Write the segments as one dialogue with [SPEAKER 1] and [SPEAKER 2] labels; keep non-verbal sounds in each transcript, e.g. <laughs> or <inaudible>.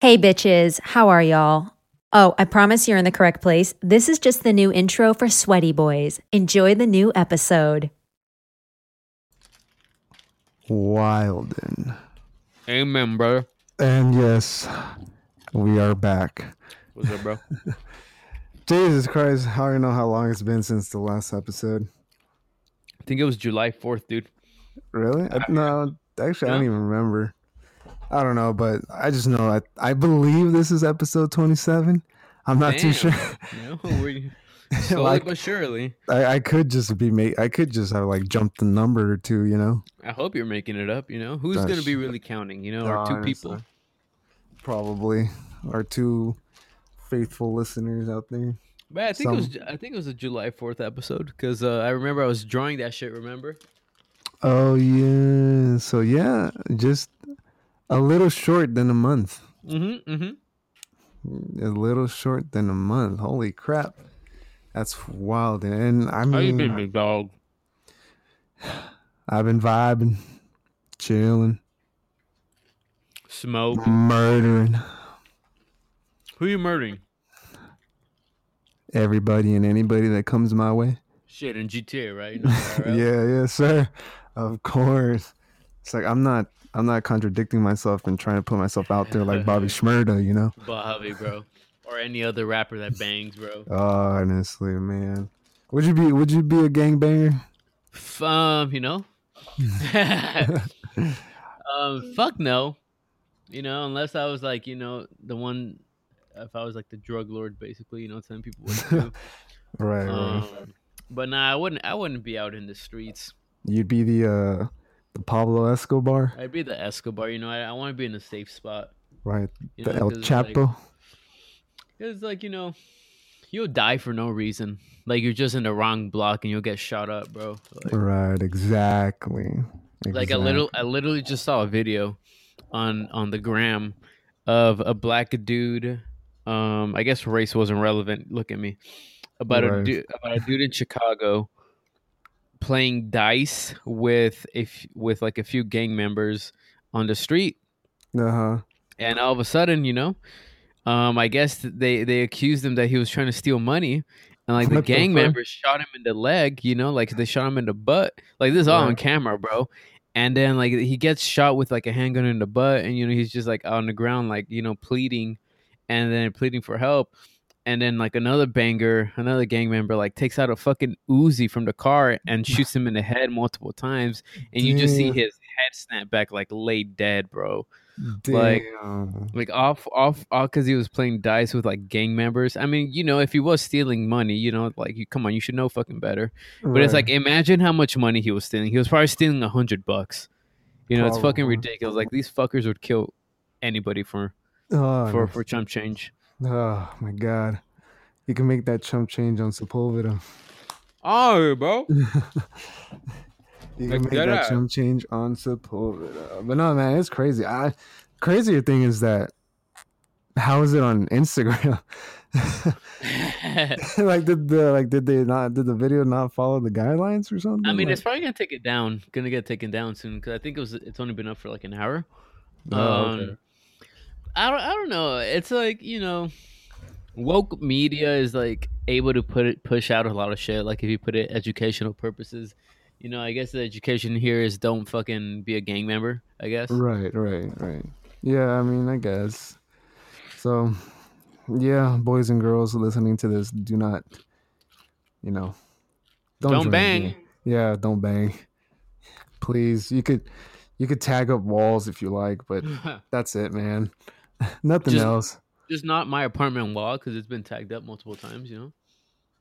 [SPEAKER 1] Hey, bitches, how are y'all? Oh, I promise you're in the correct place. This is just the new intro for Sweaty Boys. Enjoy the new episode.
[SPEAKER 2] Wilden.
[SPEAKER 3] Amen, brother.
[SPEAKER 2] And yes, we are back.
[SPEAKER 3] What's up, <laughs> bro?
[SPEAKER 2] Jesus Christ, I don't know how long it's been since the last episode.
[SPEAKER 3] I think it was July 4th, dude.
[SPEAKER 2] Really? I, no, actually, I don't even remember. I don't know, but I just know I, I believe this is episode 27. I'm not too
[SPEAKER 3] Damn.
[SPEAKER 2] sure. <laughs>
[SPEAKER 3] No, <laughs> we slowly
[SPEAKER 2] Like-
[SPEAKER 3] but surely.
[SPEAKER 2] I, I could just be made. I could just have like jumped the number or two, you know?
[SPEAKER 3] I hope you're making it up, you know? Who's
[SPEAKER 2] That's-
[SPEAKER 3] going to be really counting, you know?
[SPEAKER 2] No,
[SPEAKER 3] Or two
[SPEAKER 2] honestly.
[SPEAKER 3] people.
[SPEAKER 2] Probably. Our two faithful listeners out there.
[SPEAKER 3] But I think it was
[SPEAKER 2] Some-
[SPEAKER 3] Ju- I think it was a July 4th episode cuz uh, I remember I was drawing that shit, remember?
[SPEAKER 2] Oh, yeah. So, yeah, just a little short than a month.
[SPEAKER 3] Mhm. Mhm.
[SPEAKER 2] a little short than a month. Holy crap. That's wild. And I
[SPEAKER 3] How you
[SPEAKER 2] mean,
[SPEAKER 3] been, big dog?
[SPEAKER 2] I've been vibing, chilling,
[SPEAKER 3] Smoke.
[SPEAKER 2] murdering
[SPEAKER 3] Who you murdering?
[SPEAKER 2] everybody and anybody that comes my way.
[SPEAKER 3] Shit in
[SPEAKER 2] <laughs>
[SPEAKER 3] GTA, right? Not IRL.
[SPEAKER 2] Yeah, yeah, sir. Of course. It's like I'm not I'm not contradicting myself and trying to put myself out there like
[SPEAKER 3] <laughs>
[SPEAKER 2] Bobby Schmurda, you know?
[SPEAKER 3] Bobby, bro. Or any other rapper that bangs, bro.
[SPEAKER 2] honestly, man. Would you be would you be a gangbanger?
[SPEAKER 3] F- um, you know, <laughs> um, fuck no, you know, unless I was like, you know, the one, if I was like the drug lord, basically, you know, telling people what
[SPEAKER 2] <laughs>
[SPEAKER 3] to
[SPEAKER 2] Right, right.
[SPEAKER 3] do. um, but nah, I wouldn't. I wouldn't be out in the streets.
[SPEAKER 2] You'd be the uh the Pablo Escobar,
[SPEAKER 3] I'd be the Escobar. You know, I, I want to be in a safe spot.
[SPEAKER 2] right?
[SPEAKER 3] You
[SPEAKER 2] The
[SPEAKER 3] know,
[SPEAKER 2] El
[SPEAKER 3] 'cause it's like-
[SPEAKER 2] Chapo.
[SPEAKER 3] It's like you know, you'll die for no reason. Like you're just in the wrong block and you'll get shot up, bro. Like,
[SPEAKER 2] Right, exactly.
[SPEAKER 3] like I little I literally just saw a video on on the gram of a black dude um I guess race wasn't relevant look at me about a
[SPEAKER 2] Right.
[SPEAKER 3] dude about a dude in Chicago playing dice with if with like a few gang members on the street
[SPEAKER 2] Uh huh.
[SPEAKER 3] and all of a sudden you know um I guess they they accused him that he was trying to steal money and like the
[SPEAKER 2] What the
[SPEAKER 3] gang
[SPEAKER 2] fuck?
[SPEAKER 3] members shot him in the leg you know like they shot him in the butt like this is all on
[SPEAKER 2] Right.
[SPEAKER 3] camera, bro. And then like he gets shot with like a handgun in the butt, and you know he's just like on the ground, like you know pleading, and then pleading for help. And then like another banger, another gang member like takes out a fucking Uzi from the car
[SPEAKER 2] <laughs>
[SPEAKER 3] and shoots him in the head multiple times, and you just see
[SPEAKER 2] Damn.
[SPEAKER 3] his head snap back, like laid dead, bro. Like-
[SPEAKER 2] Damn.
[SPEAKER 3] Like off, off, all because he was playing dice with like gang members. I mean, you know, if he was stealing money, you know, like you come on, you should know fucking better. But it's like, imagine how much money he was stealing. He was probably stealing a hundred bucks. You know, it's fucking
[SPEAKER 2] Probably.
[SPEAKER 3] ridiculous. Like these fuckers would kill anybody for
[SPEAKER 2] oh,
[SPEAKER 3] for for chump change.
[SPEAKER 2] oh my god, you can make that chump change on Sepulveda. <laughs>
[SPEAKER 3] Oh, bro. <laughs>
[SPEAKER 2] You can
[SPEAKER 3] Like
[SPEAKER 2] make
[SPEAKER 3] that
[SPEAKER 2] that
[SPEAKER 3] ass.
[SPEAKER 2] chump change on Sepulveda. But no, man, it's crazy. I crazier thing is that how is it on Instagram? <laughs>
[SPEAKER 3] I
[SPEAKER 2] like did the like did they not did the video not follow the guidelines or something?
[SPEAKER 3] mean,
[SPEAKER 2] Like-
[SPEAKER 3] it's probably gonna take it down. Gonna get taken down soon because I think it was. It's only been up for like an hour.
[SPEAKER 2] Oh, okay.
[SPEAKER 3] Um, I don't. I don't know. It's like you know, woke media is like able to put it push out a lot of shit. Like if you put it educational purposes, you know, I guess the education here is don't fucking be a gang member. I guess.
[SPEAKER 2] Right, right, right. Yeah, I mean, I guess. So, yeah, boys and girls listening to this, do not, you know,
[SPEAKER 3] Don't
[SPEAKER 2] join a
[SPEAKER 3] bang.
[SPEAKER 2] gang. Yeah, don't bang. Please, you could, you could tag up walls if you like, but that's it, man. <laughs> Nothing
[SPEAKER 3] Just-
[SPEAKER 2] else.
[SPEAKER 3] <laughs> Just not my apartment wall because it's been tagged up multiple times. You know.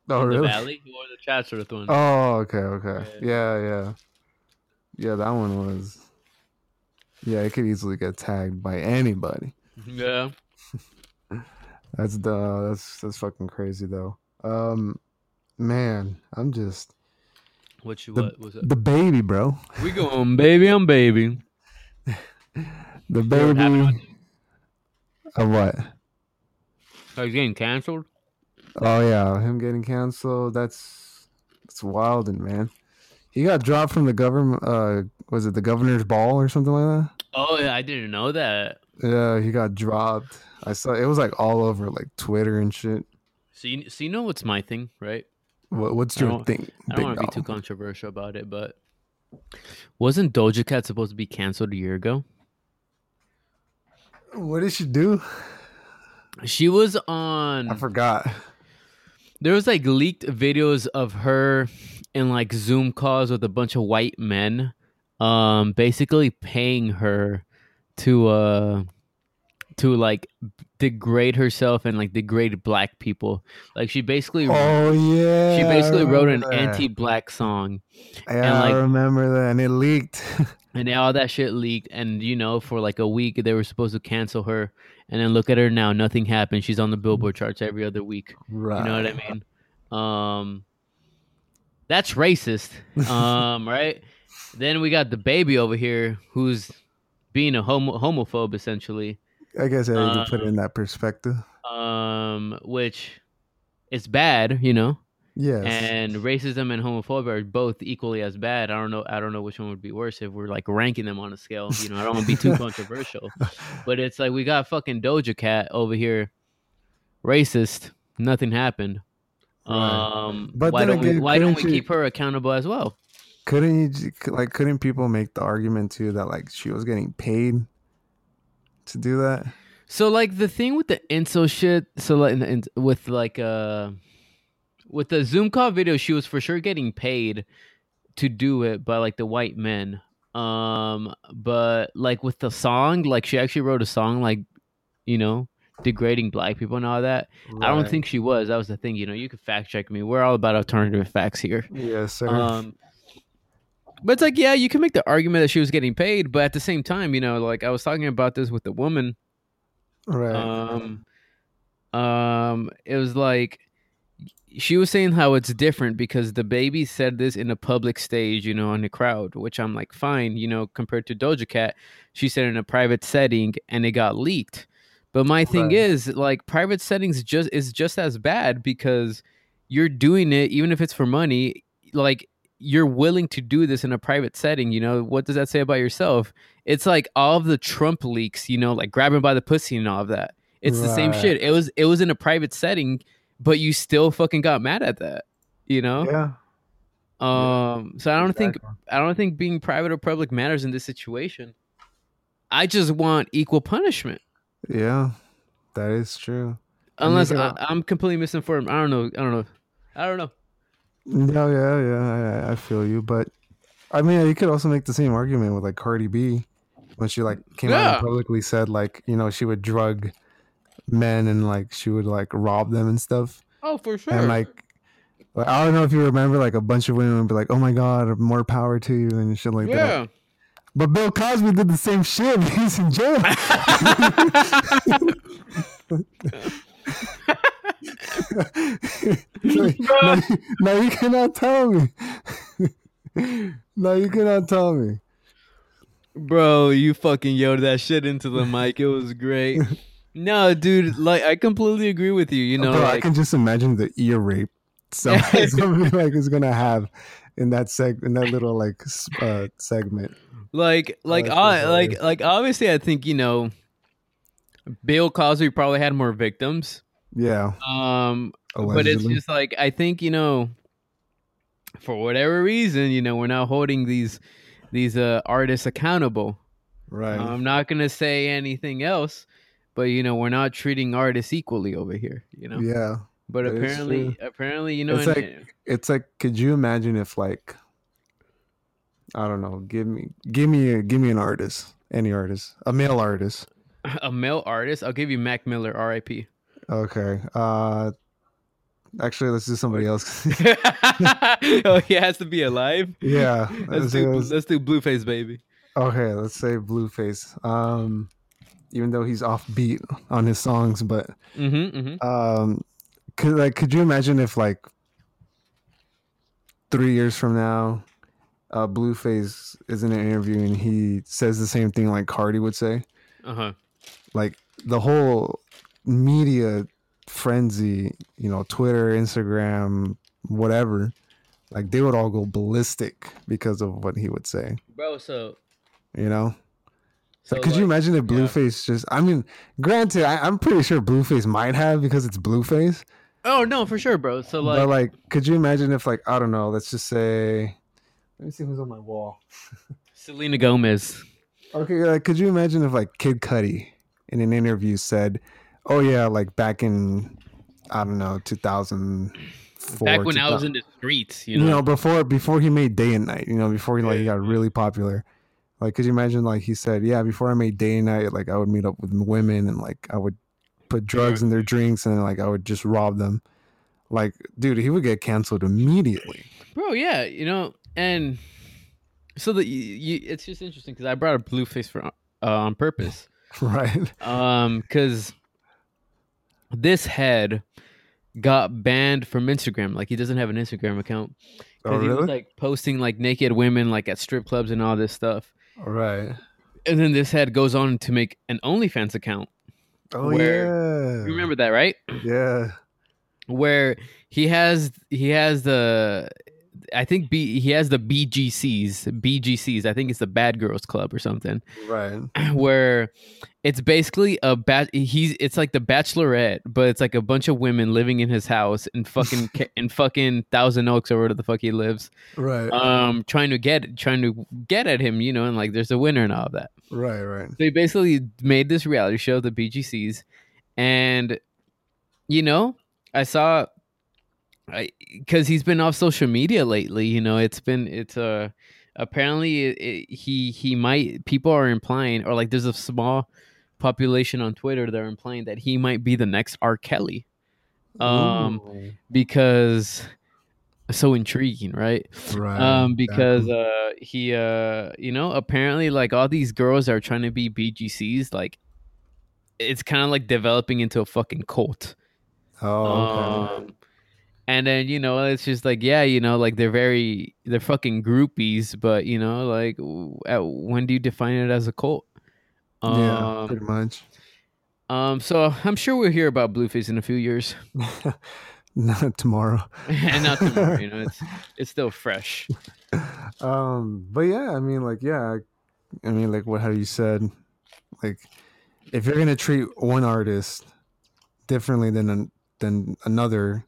[SPEAKER 2] Oh,
[SPEAKER 3] the
[SPEAKER 2] really?
[SPEAKER 3] Valley or the Chatsworth one.
[SPEAKER 2] Oh, okay, okay. Yeah, yeah, yeah. That one was. Yeah, it could easily get tagged by anybody.
[SPEAKER 3] Yeah.
[SPEAKER 2] That's the that's that's fucking crazy though. Um, man, I'm just
[SPEAKER 3] What you
[SPEAKER 2] The-
[SPEAKER 3] what was it?
[SPEAKER 2] the baby, bro.
[SPEAKER 3] We going baby on baby.
[SPEAKER 2] The
[SPEAKER 3] know what happened
[SPEAKER 2] baby. Of what?
[SPEAKER 3] Are you getting canceled?
[SPEAKER 2] Oh yeah, him getting canceled. That's that's wilding, man. He got dropped from the government. Uh, was it the governor's ball or something like that?
[SPEAKER 3] Oh yeah, I didn't know that.
[SPEAKER 2] Yeah, he got dropped. I saw it was like all over like Twitter and shit.
[SPEAKER 3] So you so you know what's my thing, right?
[SPEAKER 2] What, what's
[SPEAKER 3] I
[SPEAKER 2] your
[SPEAKER 3] don't-
[SPEAKER 2] thing?
[SPEAKER 3] I don't want to be too controversial about it, but wasn't Doja Cat supposed to be canceled a year ago?
[SPEAKER 2] What did she do?
[SPEAKER 3] She was
[SPEAKER 2] I
[SPEAKER 3] on.
[SPEAKER 2] forgot.
[SPEAKER 3] There was like leaked videos of her in like Zoom calls with a bunch of white men, um, basically paying her to uh to like degrade herself and like degrade black people. Like she basically
[SPEAKER 2] Oh yeah.
[SPEAKER 3] she
[SPEAKER 2] I
[SPEAKER 3] basically wrote an
[SPEAKER 2] remember that.
[SPEAKER 3] anti-black song
[SPEAKER 2] Yeah,
[SPEAKER 3] like-
[SPEAKER 2] I remember that, and it leaked.
[SPEAKER 3] and all that shit leaked and you know for like a week they were supposed to cancel her and then look at her now nothing happened she's on the billboard charts every other week
[SPEAKER 2] right.
[SPEAKER 3] <laughs> you know what i mean um that's racist um right then we got the baby over here who's being a homo- homophobe essentially
[SPEAKER 2] I guess I need to put it in that perspective.
[SPEAKER 3] um which it's bad you know
[SPEAKER 2] Yes.
[SPEAKER 3] and racism and homophobia are both equally as bad. I don't know. I don't know which one would be worse if we're like ranking them on a scale. You know, I don't want to be
[SPEAKER 2] <laughs>
[SPEAKER 3] too controversial, but it's like we got fucking Doja Cat over here, racist. Nothing happened.
[SPEAKER 2] Right.
[SPEAKER 3] Um,
[SPEAKER 2] But
[SPEAKER 3] why
[SPEAKER 2] then
[SPEAKER 3] don't we,
[SPEAKER 2] again,
[SPEAKER 3] why don't we
[SPEAKER 2] couldn't she-
[SPEAKER 3] keep her accountable as well?
[SPEAKER 2] couldn't you j- c- like couldn't people make the argument too that like she was getting paid to do that?
[SPEAKER 3] So like the thing with the insult shit. So like in the in- with like uh with the Zoom call video, she was for sure getting paid to do it by like the white men. Um, but like with the song, like she actually wrote a song like you know degrading black people and all that. I don't think she was. That was the thing. You know, you could fact check me. We're all about alternative facts here.
[SPEAKER 2] Yes, sir.
[SPEAKER 3] Um, but it's like, yeah, you can make the argument that she was getting paid, but at the same time, you know, like I was talking about this with the woman
[SPEAKER 2] right.
[SPEAKER 3] um um it was like she was saying how it's different because the baby said this in a public stage you know in a crowd which i'm like fine you know compared to doja cat she said in a private setting and it got leaked but my thing
[SPEAKER 2] Right.
[SPEAKER 3] is like private settings just is just as bad because you're doing it even if it's for money like you're willing to do this in a private setting you know what does that say about yourself it's like all of the Trump leaks, you know, like grabbing by the pussy and all of that. It's the same
[SPEAKER 2] Right.
[SPEAKER 3] shit. It was it was in a private setting, but you still fucking got mad at that, you know.
[SPEAKER 2] yeah.
[SPEAKER 3] Um, so I don't think I don't think being private or public matters in this situation. I just want equal punishment,
[SPEAKER 2] think. Yeah, that is true. And you
[SPEAKER 3] unless
[SPEAKER 2] can-
[SPEAKER 3] I, I'm completely misinformed. I don't know. I don't know. I don't know.
[SPEAKER 2] No, yeah, yeah, I, I feel you, but I mean, you could also make the same argument with like Cardi B when she like came out
[SPEAKER 3] Yeah.
[SPEAKER 2] and publicly said like you know she would drug men and like she would like rob them and stuff,
[SPEAKER 3] Oh, for sure.
[SPEAKER 2] and like. like, I don't know if you remember, like a bunch of women would be like, "Oh my God, more power to you," and shit like that.
[SPEAKER 3] yeah.
[SPEAKER 2] But Bill Cosby did the same shit. <laughs> He's in
[SPEAKER 3] <laughs>
[SPEAKER 2] jail. Like, now, now you cannot tell me. now you cannot tell me.
[SPEAKER 3] Bro, you fucking yelled that shit into the mic. It
[SPEAKER 2] <laughs>
[SPEAKER 3] was great. No, dude, like I completely agree with you. You know,
[SPEAKER 2] Bro, I
[SPEAKER 3] like
[SPEAKER 2] can just imagine the ear rape
[SPEAKER 3] <laughs>
[SPEAKER 2] <laughs> somebody, somebody like is gonna have in that seg in that little like s- uh, segment.
[SPEAKER 3] like like
[SPEAKER 2] Oh, that's
[SPEAKER 3] I like
[SPEAKER 2] hilarious.
[SPEAKER 3] like obviously I think, you know, Bill Cosby probably had more victims.
[SPEAKER 2] Yeah,
[SPEAKER 3] Um but it's
[SPEAKER 2] allegedly.
[SPEAKER 3] just like I think, you know, for whatever reason, you know, we're not holding these these uh artists accountable.
[SPEAKER 2] right.
[SPEAKER 3] I'm not going to say anything else, but you know, we're not treating artists equally over here, you know.
[SPEAKER 2] yeah,
[SPEAKER 3] But
[SPEAKER 2] That is
[SPEAKER 3] apparently, apparently, you know,
[SPEAKER 2] It's
[SPEAKER 3] and-
[SPEAKER 2] like- it's like, could you imagine if like, I don't know, give me, give me, a, give me an artist, any artist, a male artist.
[SPEAKER 3] <laughs> a male artist. I'll give you Mac Miller,
[SPEAKER 2] <laughs>
[SPEAKER 3] R.I.P.
[SPEAKER 2] Okay. Uh, actually, let's do somebody else.
[SPEAKER 3] <laughs>
[SPEAKER 2] <laughs>
[SPEAKER 3] oh, he has to be alive.
[SPEAKER 2] yeah.
[SPEAKER 3] Let's
[SPEAKER 2] it
[SPEAKER 3] do
[SPEAKER 2] was-
[SPEAKER 3] let's do Blueface Baby.
[SPEAKER 2] Okay, let's say Blueface. Um, even though he's offbeat on his songs, but
[SPEAKER 3] Mm-hmm, mm-hmm.
[SPEAKER 2] um, could like could you imagine if like three years from now, uh, Blueface is in an interview and he says the same thing like Cardi would say,
[SPEAKER 3] Uh huh.
[SPEAKER 2] like the whole media frenzy, you know, Twitter, Instagram, whatever, like they would all go ballistic because of what he would say,
[SPEAKER 3] Bro, so
[SPEAKER 2] you know?
[SPEAKER 3] So,
[SPEAKER 2] Could you
[SPEAKER 3] like,
[SPEAKER 2] imagine if
[SPEAKER 3] yeah.
[SPEAKER 2] Blueface just? I mean, granted, I, I'm pretty sure Blueface might have because it's Blueface.
[SPEAKER 3] Oh no, for sure, bro. So like,
[SPEAKER 2] but like, could you imagine if, like, I don't know, let's just say, let me see who's on my wall.
[SPEAKER 3] Selena Gomez.
[SPEAKER 2] Okay, like, could you imagine if like Kid Cudi in an interview said, "Oh yeah, like back in I don't know, 2004."
[SPEAKER 3] Back when I was in the streets, you
[SPEAKER 2] you know,
[SPEAKER 3] know.
[SPEAKER 2] before before he made Day and Night, you know, before he like he
[SPEAKER 3] Yeah.
[SPEAKER 2] got really popular. Like, could you imagine? Like he said, "Yeah, before I made Day and Night, like I would meet up with women and like I would put drugs in their drinks and like I would just rob them." Like, dude, he would get canceled immediately. <laughs>
[SPEAKER 3] bro yeah you know and so the you, you, it's just interesting because i brought up blueface for uh, on purpose
[SPEAKER 2] Right.
[SPEAKER 3] <laughs> um because this head got banned from instagram like he doesn't have an instagram account
[SPEAKER 2] Oh,
[SPEAKER 3] because he was
[SPEAKER 2] really?
[SPEAKER 3] like posting like naked women like at strip clubs and all this stuff
[SPEAKER 2] right.
[SPEAKER 3] and then this head goes on to make an onlyfans account
[SPEAKER 2] Oh yeah.
[SPEAKER 3] You remember that right
[SPEAKER 2] Yeah.
[SPEAKER 3] where he has he has the I think B, he has the BGCs, BGCs. I think it's the Bad Girls Club or something,
[SPEAKER 2] Right.
[SPEAKER 3] where it's basically a bat. He's it's like the Bachelorette, but it's like a bunch of women living in his house in fucking Ca- in fucking Thousand Oaks or wherever the fuck he lives,
[SPEAKER 2] Right.
[SPEAKER 3] um, trying to get trying to get at him, you know, and like there's a winner and all of that.
[SPEAKER 2] right. Right.
[SPEAKER 3] So he basically made this reality show, the BGCs, and you know, I saw, I because he's been off social media lately. You know, it's been it's uh apparently it, it, he he might people are implying or like there's a small population on Twitter that are implying that he might be the next R. Kelly, um,
[SPEAKER 2] Ooh.
[SPEAKER 3] because so intriguing, right?
[SPEAKER 2] right.
[SPEAKER 3] um because
[SPEAKER 2] yeah.
[SPEAKER 3] uh he uh you know apparently like all these girls are trying to be bgcs like it's kind of like developing into a fucking cult
[SPEAKER 2] oh, okay.
[SPEAKER 3] um and then you know it's just like yeah you know like they're very they're fucking groupies but you know like w- at, when do you define it as a cult
[SPEAKER 2] yeah,
[SPEAKER 3] um,
[SPEAKER 2] pretty much. <laughs>
[SPEAKER 3] um so i'm sure we'll hear about blueface in a few years <laughs>
[SPEAKER 2] Not tomorrow.
[SPEAKER 3] and not tomorrow you know it's it's still fresh
[SPEAKER 2] um but yeah i mean like yeah i mean like what how you said like if you're gonna treat one artist differently than an, than another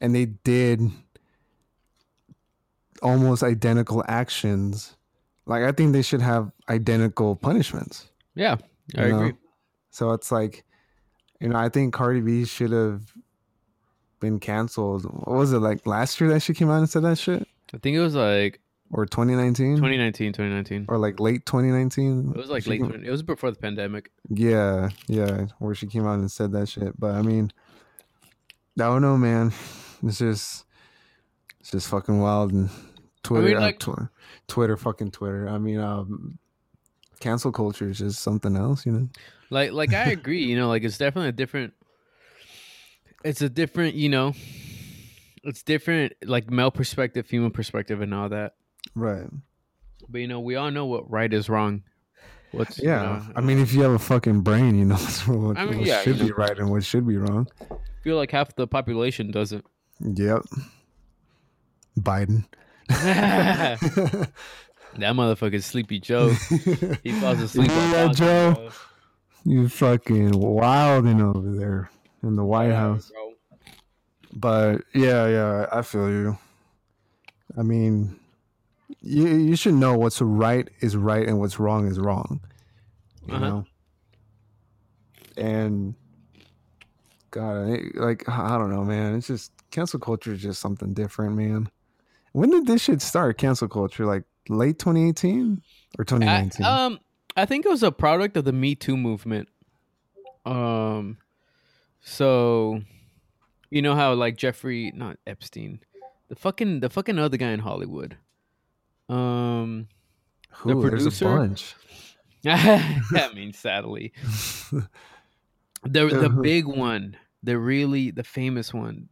[SPEAKER 2] and they did almost identical actions like i think they should have identical punishments
[SPEAKER 3] yeah i
[SPEAKER 2] you know?
[SPEAKER 3] agree
[SPEAKER 2] so it's like you know i think cardi b should have been canceled what was it like last year that she came out and said that shit
[SPEAKER 3] i think it was like
[SPEAKER 2] or 2019
[SPEAKER 3] 2019 2019
[SPEAKER 2] or like late 2019.
[SPEAKER 3] It was like
[SPEAKER 2] She <laughs>
[SPEAKER 3] late.
[SPEAKER 2] came-
[SPEAKER 3] 20, it was before the pandemic.
[SPEAKER 2] Yeah, yeah, where she came out and said that shit. But I mean, I don't know, man. It's just, it's just fucking wild and Twitter, uh,
[SPEAKER 3] like-
[SPEAKER 2] Twi- Twitter, fucking Twitter. I mean, um, cancel culture is just something else, you know?
[SPEAKER 3] Like, like I agree. You know, like it's definitely a different. It's a different, you know, it's different, like male perspective, female perspective, and all that.
[SPEAKER 2] Right.
[SPEAKER 3] But you know, we all know what right is wrong. What's you
[SPEAKER 2] Yeah.
[SPEAKER 3] know,
[SPEAKER 2] I mean, if you have a fucking brain, you know <laughs> what,
[SPEAKER 3] I mean,
[SPEAKER 2] what
[SPEAKER 3] yeah,
[SPEAKER 2] should
[SPEAKER 3] you
[SPEAKER 2] be right and what should be wrong.
[SPEAKER 3] I feel like half the population doesn't. <laughs>
[SPEAKER 2] Yep. Biden.
[SPEAKER 3] that motherfucker's sleepy Joe. He falls asleep. on
[SPEAKER 2] Yeah,
[SPEAKER 3] couches,
[SPEAKER 2] Joe.
[SPEAKER 3] bro.
[SPEAKER 2] You fucking wilding over there in the White House.
[SPEAKER 3] Bro.
[SPEAKER 2] But yeah, yeah, I feel you. I mean, you you should know what's right is right and what's wrong is wrong. You
[SPEAKER 3] Uh-huh.
[SPEAKER 2] know. And God, I- like I don't know, man. It's just cancel culture is just something different, man. When did this shit start? Cancel culture, like late 2018 or
[SPEAKER 3] I,
[SPEAKER 2] 2019?
[SPEAKER 3] um, I think it was a product of the Me Too movement. Um, so you know how like Jeffrey, not Epstein, the fucking the fucking other guy in Hollywood. Um, <laughs>
[SPEAKER 2] Who? There's a
[SPEAKER 3] producer?
[SPEAKER 2] bunch.
[SPEAKER 3] I mean, sadly,
[SPEAKER 2] <laughs>
[SPEAKER 3] the the
[SPEAKER 2] Uh-huh.
[SPEAKER 3] big one, the really the famous one.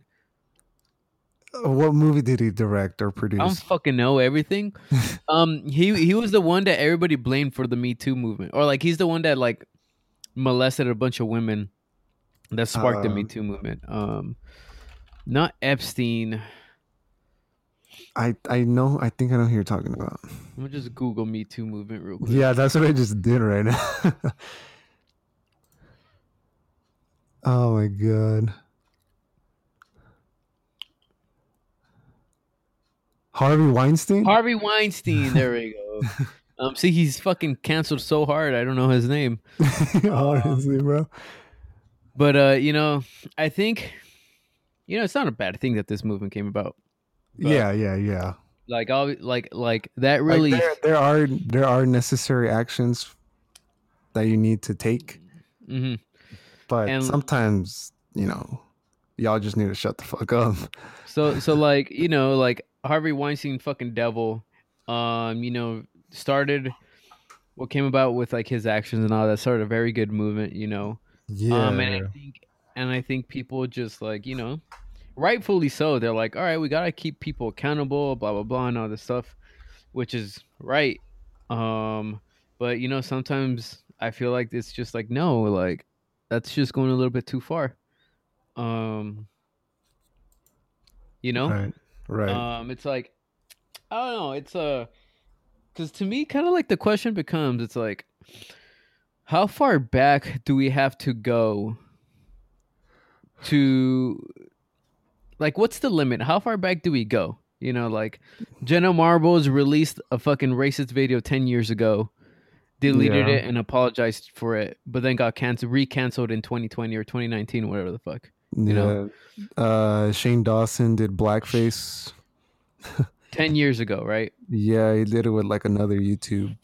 [SPEAKER 2] What movie did he direct or
[SPEAKER 3] I
[SPEAKER 2] produce?
[SPEAKER 3] don't fucking know everything. Um, he he was the one that everybody blamed for the Me Too movement, or like he's the one that like molested a bunch of women that sparked the Me
[SPEAKER 2] Um,
[SPEAKER 3] Too movement. Um, not Epstein.
[SPEAKER 2] I I know. I think I know who you're talking about.
[SPEAKER 3] I'm gonna just Google Me Too movement real quick.
[SPEAKER 2] Yeah, that's what I just did right now. <laughs> oh my god. Harvey Weinstein?
[SPEAKER 3] Harvey Weinstein. There we go. Um, see, he's fucking canceled so hard. I don't know his name,
[SPEAKER 2] <laughs> Honestly, bro.
[SPEAKER 3] but uh, you know, I think, you know, it's not a bad thing that this movement came about. But-
[SPEAKER 2] yeah, yeah, yeah.
[SPEAKER 3] Like, all like, like that really.
[SPEAKER 2] like there, there are there are necessary actions that you need to take,
[SPEAKER 3] Mhm.
[SPEAKER 2] but
[SPEAKER 3] And-
[SPEAKER 2] sometimes, you know, y'all just need to shut the fuck up.
[SPEAKER 3] Um, So so like you know like Harvey Weinstein fucking devil, um you know started what came about with like his actions and all that started a very good movement you know
[SPEAKER 2] Yeah.
[SPEAKER 3] um and I think and I think people just like you know rightfully so they're like all right we gotta keep people accountable blah blah blah and all this stuff which is right um but you know sometimes I feel like it's just like no like that's just going a little bit too far um you know
[SPEAKER 2] Right. Right.
[SPEAKER 3] um, it's like I don't know. It's uh, because to me, kind of like the question becomes, it's like, how far back do we have to go to, like, what's the limit? How far back do we go? You know, like Jenna Marbles released a fucking racist video ten years ago, deleted
[SPEAKER 2] Yeah.
[SPEAKER 3] it and apologized for it, but then got canceled, recanceled in 2020 or 2019, whatever the fuck.
[SPEAKER 2] you
[SPEAKER 3] know.
[SPEAKER 2] uh, Shane Dawson did blackface.
[SPEAKER 3] Ten years ago, right?
[SPEAKER 2] Yeah, he did it with like another YouTube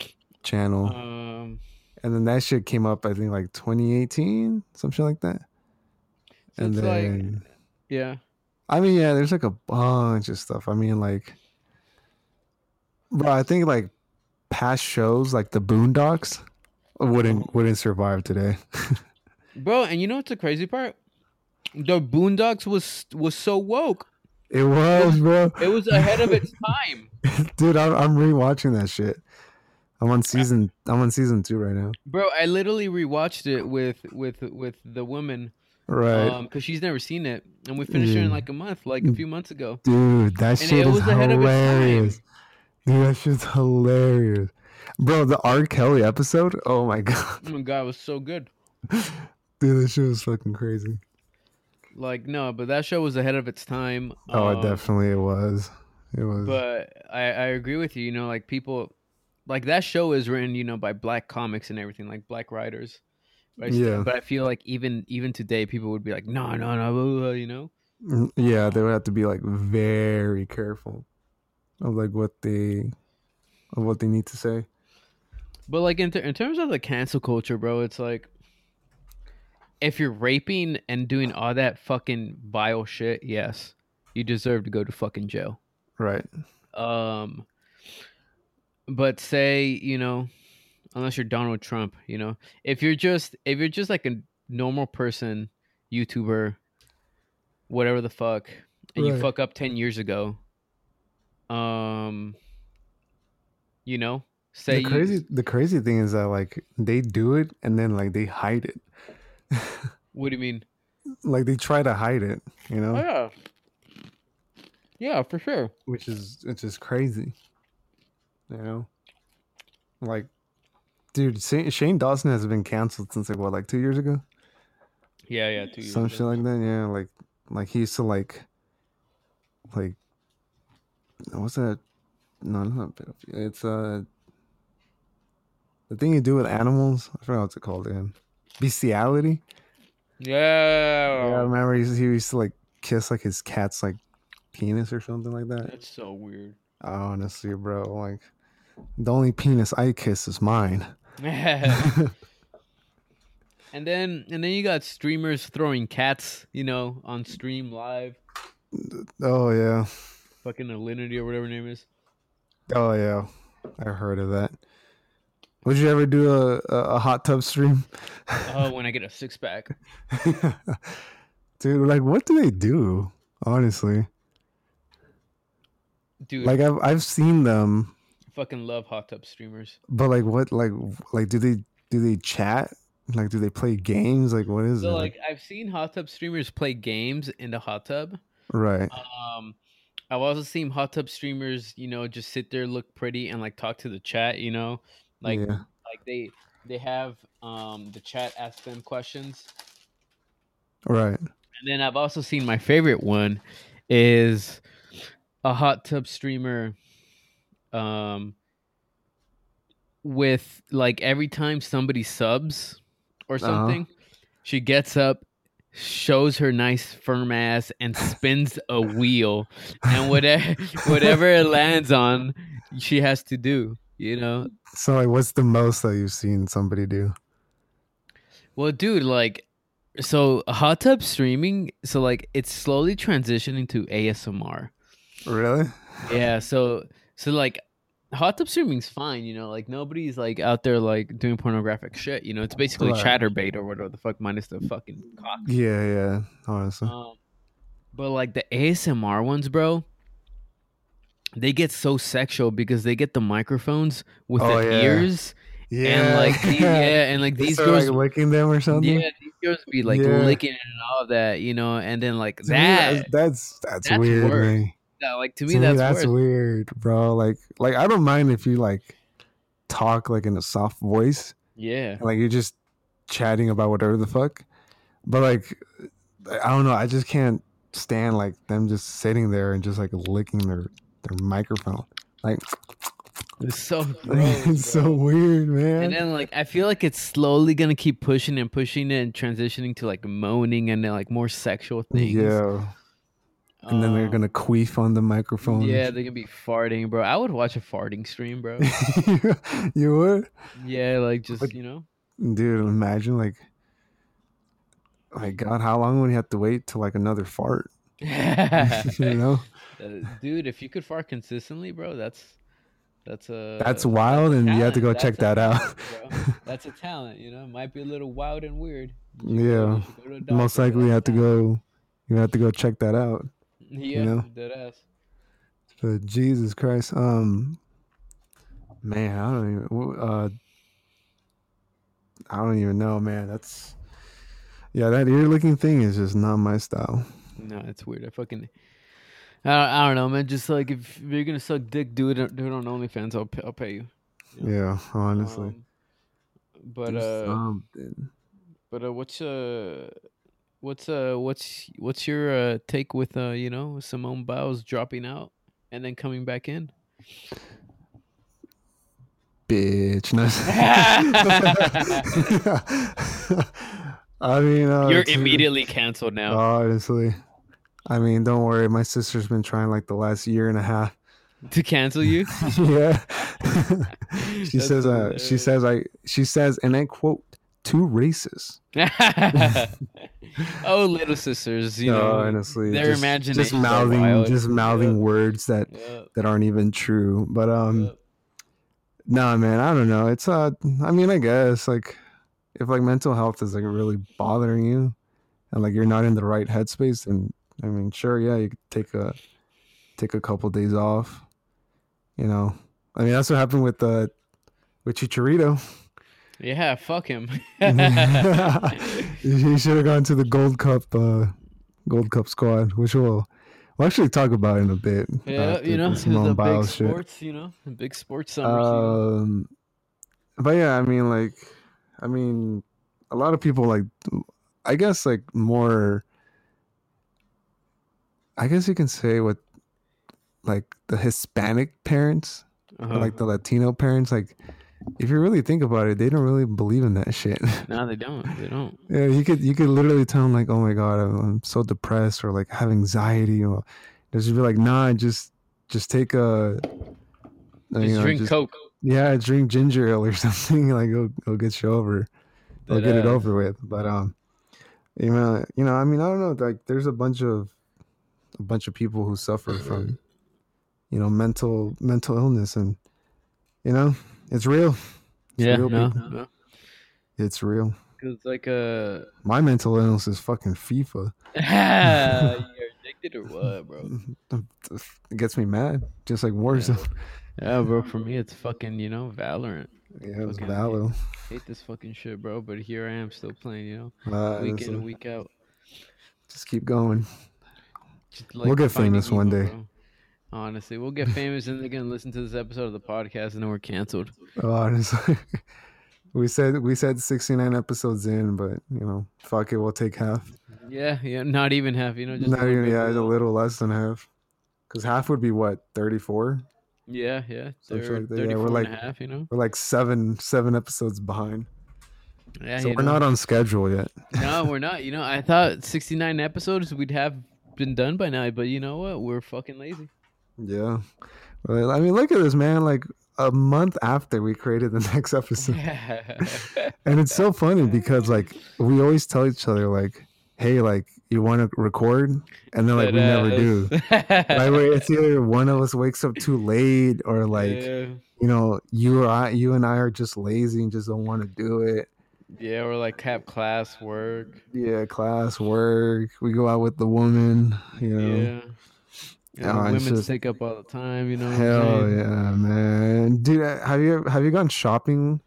[SPEAKER 2] channel,
[SPEAKER 3] Um.
[SPEAKER 2] and then that shit came up. I think like 2018, some shit like that.
[SPEAKER 3] So
[SPEAKER 2] and
[SPEAKER 3] it's like-
[SPEAKER 2] then,
[SPEAKER 3] Yeah.
[SPEAKER 2] I mean, yeah, there's like a bunch of stuff. I mean, like, bro, I think like past shows like the Boondocks wouldn't wouldn't survive today.
[SPEAKER 3] Bro, and you know what's the crazy part? The Boondocks was was so woke.
[SPEAKER 2] It was, bro.
[SPEAKER 3] It was ahead of its time,
[SPEAKER 2] Dude, I'm, I'm rewatching that shit. I'm on season. I'm on season two right now.
[SPEAKER 3] bro. I literally rewatched it with with with the woman,
[SPEAKER 2] Right.
[SPEAKER 3] um, because she's never seen it, and we finished it
[SPEAKER 2] Yeah.
[SPEAKER 3] in like a month, like a few months ago.
[SPEAKER 2] Dude, that
[SPEAKER 3] And
[SPEAKER 2] shit
[SPEAKER 3] it
[SPEAKER 2] is
[SPEAKER 3] was ahead of its time.
[SPEAKER 2] hilarious. Dude, that shit's hilarious. Bro, the R. Kelly episode? Oh my <laughs> god.
[SPEAKER 3] Oh my god, it was so good.
[SPEAKER 2] Dude, that shit was fucking crazy.
[SPEAKER 3] Like no, but that show was ahead of its time.
[SPEAKER 2] Oh, it
[SPEAKER 3] um,
[SPEAKER 2] definitely it was. It was
[SPEAKER 3] But I I agree with you. You know, like people, like that show is written, you know, by black comics and everything, like black writers. But I s-
[SPEAKER 2] Yeah.
[SPEAKER 3] But I feel like even even today, people would be like, no, no, no, blah, blah, blah, you know.
[SPEAKER 2] Mm, yeah, they would have to be like very careful of like what they of what they need to say.
[SPEAKER 3] But like in, ter- in terms of the cancel culture, bro, it's like if you're raping and doing all that fucking vile shit, yes, you deserve to go to fucking jail.
[SPEAKER 2] Right.
[SPEAKER 3] Um, but say you know, unless you're Donald Trump, you know, if you're just if you're just like a normal person, YouTuber, whatever the fuck, and you
[SPEAKER 2] Right.
[SPEAKER 3] fuck up ten years ago, um, you know, say
[SPEAKER 2] The
[SPEAKER 3] you-
[SPEAKER 2] crazy the crazy thing is that like they do it and then like they hide it.
[SPEAKER 3] What do you mean?
[SPEAKER 2] Like they try to hide it, you know?
[SPEAKER 3] Oh, yeah. Yeah, for sure.
[SPEAKER 2] which is which is crazy. You know, like, dude, Sa- Shane Dawson has been canceled since like what, like two years ago,
[SPEAKER 3] Yeah, yeah, two years.
[SPEAKER 2] some
[SPEAKER 3] ago.
[SPEAKER 2] shit like that. Yeah, like, like he used to like, like, what's that? No, not pedophilia. It's uh, the thing you do with animals. I forgot what's it called again. Bestiality.
[SPEAKER 3] Yeah.
[SPEAKER 2] Yeah, I remember he used, he used to like kiss like his cat's like penis or something like that.
[SPEAKER 3] That's so weird. <laughs>
[SPEAKER 2] Honestly, bro, like the only penis I kiss is
[SPEAKER 3] <laughs>
[SPEAKER 2] mine.
[SPEAKER 3] and then and then you got streamers throwing cats, you know, on stream live,
[SPEAKER 2] <laughs> Oh yeah,
[SPEAKER 3] fucking Alinity or whatever her name is.
[SPEAKER 2] oh yeah, I heard of that. Would you ever do a a, a hot tub stream, <laughs>
[SPEAKER 3] Oh, when I get a six pack.
[SPEAKER 2] dude? Like, what do they do? Honestly,
[SPEAKER 3] Dude,
[SPEAKER 2] like I've I've seen them,
[SPEAKER 3] fucking love hot tub streamers.
[SPEAKER 2] but like what like like do they do they chat? Like, do they play games? Like, what is
[SPEAKER 3] So
[SPEAKER 2] it?
[SPEAKER 3] like I've seen hot tub streamers play games in the hot tub.
[SPEAKER 2] right?
[SPEAKER 3] Um I've also seen hot tub streamers, you know, just sit there, look pretty, and like talk to the chat. You know, like
[SPEAKER 2] yeah.
[SPEAKER 3] like they they have um the chat ask them questions.
[SPEAKER 2] Right.
[SPEAKER 3] And then I've also seen my favorite one is a hot tub streamer um with like every time somebody subs or
[SPEAKER 2] Uh-huh.
[SPEAKER 3] something, she gets up, shows her nice firm ass and spins a wheel
[SPEAKER 2] <laughs>
[SPEAKER 3] and whatever whatever it lands on, she has to do, you know?
[SPEAKER 2] So like, what's the most that you've seen somebody do?
[SPEAKER 3] Well, dude, like, so hot tub streaming, so like it's slowly transitioning to ASMR.
[SPEAKER 2] Really?
[SPEAKER 3] Yeah, so so like hot tub streaming's fine, you know, like nobody's like out there like doing pornographic shit, you know. It's basically
[SPEAKER 2] Right.
[SPEAKER 3] chatterbait or whatever the fuck minus the
[SPEAKER 2] <laughs>
[SPEAKER 3] fucking cock.
[SPEAKER 2] Yeah, yeah. Honestly.
[SPEAKER 3] Um, but like the ASMR ones, bro, they get so sexual because they get the microphones with
[SPEAKER 2] Oh,
[SPEAKER 3] the
[SPEAKER 2] yeah.
[SPEAKER 3] ears
[SPEAKER 2] yeah. <laughs>
[SPEAKER 3] and like the, yeah, and like
[SPEAKER 2] They
[SPEAKER 3] these
[SPEAKER 2] start,
[SPEAKER 3] girls
[SPEAKER 2] like licking them or something.
[SPEAKER 3] yeah, these girls be like
[SPEAKER 2] Yeah.
[SPEAKER 3] licking it and all that, you know, and then like
[SPEAKER 2] To me, that's
[SPEAKER 3] that,
[SPEAKER 2] that's, that's
[SPEAKER 3] that's
[SPEAKER 2] weird.
[SPEAKER 3] worse.
[SPEAKER 2] man.
[SPEAKER 3] that, like to
[SPEAKER 2] To
[SPEAKER 3] me, that's, worse.
[SPEAKER 2] weird, bro. Like like I don't mind if you like talk like in a soft voice,
[SPEAKER 3] Yeah,
[SPEAKER 2] like you're just chatting about whatever the fuck. But like I don't know, I just can't stand like them just sitting there and just like licking their their microphone. Like <laughs>
[SPEAKER 3] it's so gross,
[SPEAKER 2] it's so
[SPEAKER 3] bro.
[SPEAKER 2] weird, man.
[SPEAKER 3] And then like I feel like it's slowly gonna keep pushing and pushing it and transitioning to like moaning and then, like more sexual things.
[SPEAKER 2] yeah. And then they're
[SPEAKER 3] Um,
[SPEAKER 2] gonna queef on the microphone.
[SPEAKER 3] Yeah, they're gonna be farting, bro. I would watch a farting
[SPEAKER 2] <laughs>
[SPEAKER 3] stream, bro.
[SPEAKER 2] you would?
[SPEAKER 3] yeah, like just
[SPEAKER 2] But- <laughs>
[SPEAKER 3] you know. <laughs>
[SPEAKER 2] Dude, imagine like my god, how long would you have to wait till like another fart? <laughs>
[SPEAKER 3] <laughs>
[SPEAKER 2] you know?
[SPEAKER 3] Uh, Dude, if you could fart consistently, bro, that's that's a
[SPEAKER 2] That's wild and you have to go
[SPEAKER 3] talent.
[SPEAKER 2] check
[SPEAKER 3] That's
[SPEAKER 2] that
[SPEAKER 3] a
[SPEAKER 2] out. <laughs>
[SPEAKER 3] <laughs> talent, bro. That's a talent, you know. It might be a little wild and weird. You should go-
[SPEAKER 2] yeah.
[SPEAKER 3] you should go to a doctor,
[SPEAKER 2] Most likely you
[SPEAKER 3] that's a
[SPEAKER 2] have to
[SPEAKER 3] talent.
[SPEAKER 2] go you have to go check that out.
[SPEAKER 3] <laughs> Yeah,
[SPEAKER 2] know?
[SPEAKER 3] dead ass.
[SPEAKER 2] But Jesus Christ. Um man, I don't even wh- uh I don't even know, man. That's yeah, that ear licking thing is just not my style.
[SPEAKER 3] No, it's weird. I fucking. I don't, I don't know, man. Just like if you're gonna suck dick, do it, do it on OnlyFans. I'll pay, I'll pay you. Yeah.
[SPEAKER 2] Yeah, honestly.
[SPEAKER 3] Um, but
[SPEAKER 2] Do
[SPEAKER 3] uh,
[SPEAKER 2] something.
[SPEAKER 3] but uh, what's uh, what's uh, what's what's your uh take with uh, you know, Simone Biles dropping out and then coming back in?
[SPEAKER 2] bitch.
[SPEAKER 3] <laughs>
[SPEAKER 2] No. <laughs> I mean, uh,
[SPEAKER 3] you're
[SPEAKER 2] to- Uh,
[SPEAKER 3] immediately canceled now.
[SPEAKER 2] Honestly, I mean, don't worry. My sister's been trying like the last year and a half. <laughs>
[SPEAKER 3] to cancel you? <laughs>
[SPEAKER 2] yeah, <laughs> she
[SPEAKER 3] That's
[SPEAKER 2] says. Uh, she
[SPEAKER 3] hilarious.
[SPEAKER 2] says. I. She says, and I quote, two races.
[SPEAKER 3] <laughs> oh, little sisters, you
[SPEAKER 2] no,
[SPEAKER 3] know.
[SPEAKER 2] Oh, honestly,
[SPEAKER 3] their
[SPEAKER 2] just, just
[SPEAKER 3] imaginations are
[SPEAKER 2] mouthing,
[SPEAKER 3] wild.
[SPEAKER 2] just mouthing
[SPEAKER 3] Yeah.
[SPEAKER 2] words that
[SPEAKER 3] Yeah,
[SPEAKER 2] that aren't even true. But um.
[SPEAKER 3] yeah.
[SPEAKER 2] Nah, man, I don't know. It's uh, I mean, I guess like if like mental health is like really bothering you, and like you're not in the right headspace, then I mean, sure, yeah, you could take a take a couple days off. You know, I mean, that's what happened with uh with Chicharito. <laughs>
[SPEAKER 3] Yeah, fuck him. <laughs>
[SPEAKER 2] he should have gone to the Gold Cup, uh Gold Cup squad, which we'll we'll actually talk about in a bit.
[SPEAKER 3] yeah,
[SPEAKER 2] about
[SPEAKER 3] you know, <laughs>
[SPEAKER 2] Simone
[SPEAKER 3] the big
[SPEAKER 2] Biles shit.
[SPEAKER 3] sports, you know, the big sports summers. you know.
[SPEAKER 2] Um, but yeah, I mean, like, I mean, a lot of people like, I guess, like more. I guess you can say what, like the Hispanic parents, or,
[SPEAKER 3] Uh-huh.
[SPEAKER 2] Uh, like the Latino parents, like. If you really think about it, they don't really believe in that shit. <laughs>
[SPEAKER 3] no, they don't. They don't.
[SPEAKER 2] yeah, you could you could literally tell them like, "Oh my god, I'm, I'm so depressed," or like have anxiety, or they'll just be like, "Nah, just just take a
[SPEAKER 3] Just drink Coke.
[SPEAKER 2] yeah, drink ginger ale or <laughs> something. Like it'll, it'll get you over. It'll get it
[SPEAKER 3] Deadass.
[SPEAKER 2] over with. But um, you know, you know, I mean, I don't know. Like, there's a bunch of a bunch of people who suffer from, you know, mental mental illness, and you know, it's real. It's
[SPEAKER 3] Yeah,
[SPEAKER 2] real,
[SPEAKER 3] no,
[SPEAKER 2] people.
[SPEAKER 3] no.
[SPEAKER 2] it's real.
[SPEAKER 3] <laughs> 'Cause It's like uh, <laughs> a.
[SPEAKER 2] My mental illness is fucking FIFA.
[SPEAKER 3] You're addicted or what, bro?
[SPEAKER 2] It gets me mad, just like Warzone. <laughs>
[SPEAKER 3] Yeah, bro. For me, it's fucking, you know, Valorant.
[SPEAKER 2] Yeah, it was
[SPEAKER 3] Fucking
[SPEAKER 2] Valo.
[SPEAKER 3] Hate this fucking shit, bro. But here I am still playing, you know,
[SPEAKER 2] Uh,
[SPEAKER 3] week in,
[SPEAKER 2] honestly.
[SPEAKER 3] week out.
[SPEAKER 2] just keep going.
[SPEAKER 3] Just,
[SPEAKER 2] We'll get
[SPEAKER 3] finding
[SPEAKER 2] famous one
[SPEAKER 3] evil,
[SPEAKER 2] day.
[SPEAKER 3] bro. Honestly, we'll get famous and they're gonna listen to this episode of the podcast and then we're canceled.
[SPEAKER 2] Oh, honestly, <laughs> we said we said sixty nine episodes in, but you know, fuck it, we'll take half.
[SPEAKER 3] Yeah, yeah, not even half. You know, just a
[SPEAKER 2] Not
[SPEAKER 3] little
[SPEAKER 2] even,
[SPEAKER 3] bit
[SPEAKER 2] yeah, it's a
[SPEAKER 3] below.
[SPEAKER 2] little less than half. Because half would be what thirty four.
[SPEAKER 3] Yeah, yeah.
[SPEAKER 2] Something like that, yeah,
[SPEAKER 3] they're 34
[SPEAKER 2] we're
[SPEAKER 3] and
[SPEAKER 2] like-
[SPEAKER 3] a half, you know.
[SPEAKER 2] We're like seven seven episodes behind,
[SPEAKER 3] Yeah,
[SPEAKER 2] so
[SPEAKER 3] you
[SPEAKER 2] we're
[SPEAKER 3] know.
[SPEAKER 2] not <laughs> on schedule yet.
[SPEAKER 3] No, we're not. You know, I thought 69 episodes we'd have been done by now, but you know what? We're
[SPEAKER 2] <laughs>
[SPEAKER 3] fucking lazy.
[SPEAKER 2] Yeah, well, I mean, look at this, man. Like a month after we created the <laughs> next episode.
[SPEAKER 3] <laughs>
[SPEAKER 2] <laughs> and it's so funny because like we always tell each other like hey like you want to record and then like we
[SPEAKER 3] uh,
[SPEAKER 2] never
[SPEAKER 3] <laughs>
[SPEAKER 2] do like we- it's either one of us wakes up too late or like
[SPEAKER 3] yeah.
[SPEAKER 2] you know you or i you and i are just lazy and just don't want to do it
[SPEAKER 3] yeah, we're like have class work.
[SPEAKER 2] yeah class work we go out with the woman you know
[SPEAKER 3] Yeah.
[SPEAKER 2] Yeah,
[SPEAKER 3] And
[SPEAKER 2] it's
[SPEAKER 3] women
[SPEAKER 2] just-
[SPEAKER 3] take up all the time, you know. what I'm
[SPEAKER 2] hell
[SPEAKER 3] saying?
[SPEAKER 2] yeah man dude uh, have you have you gone shopping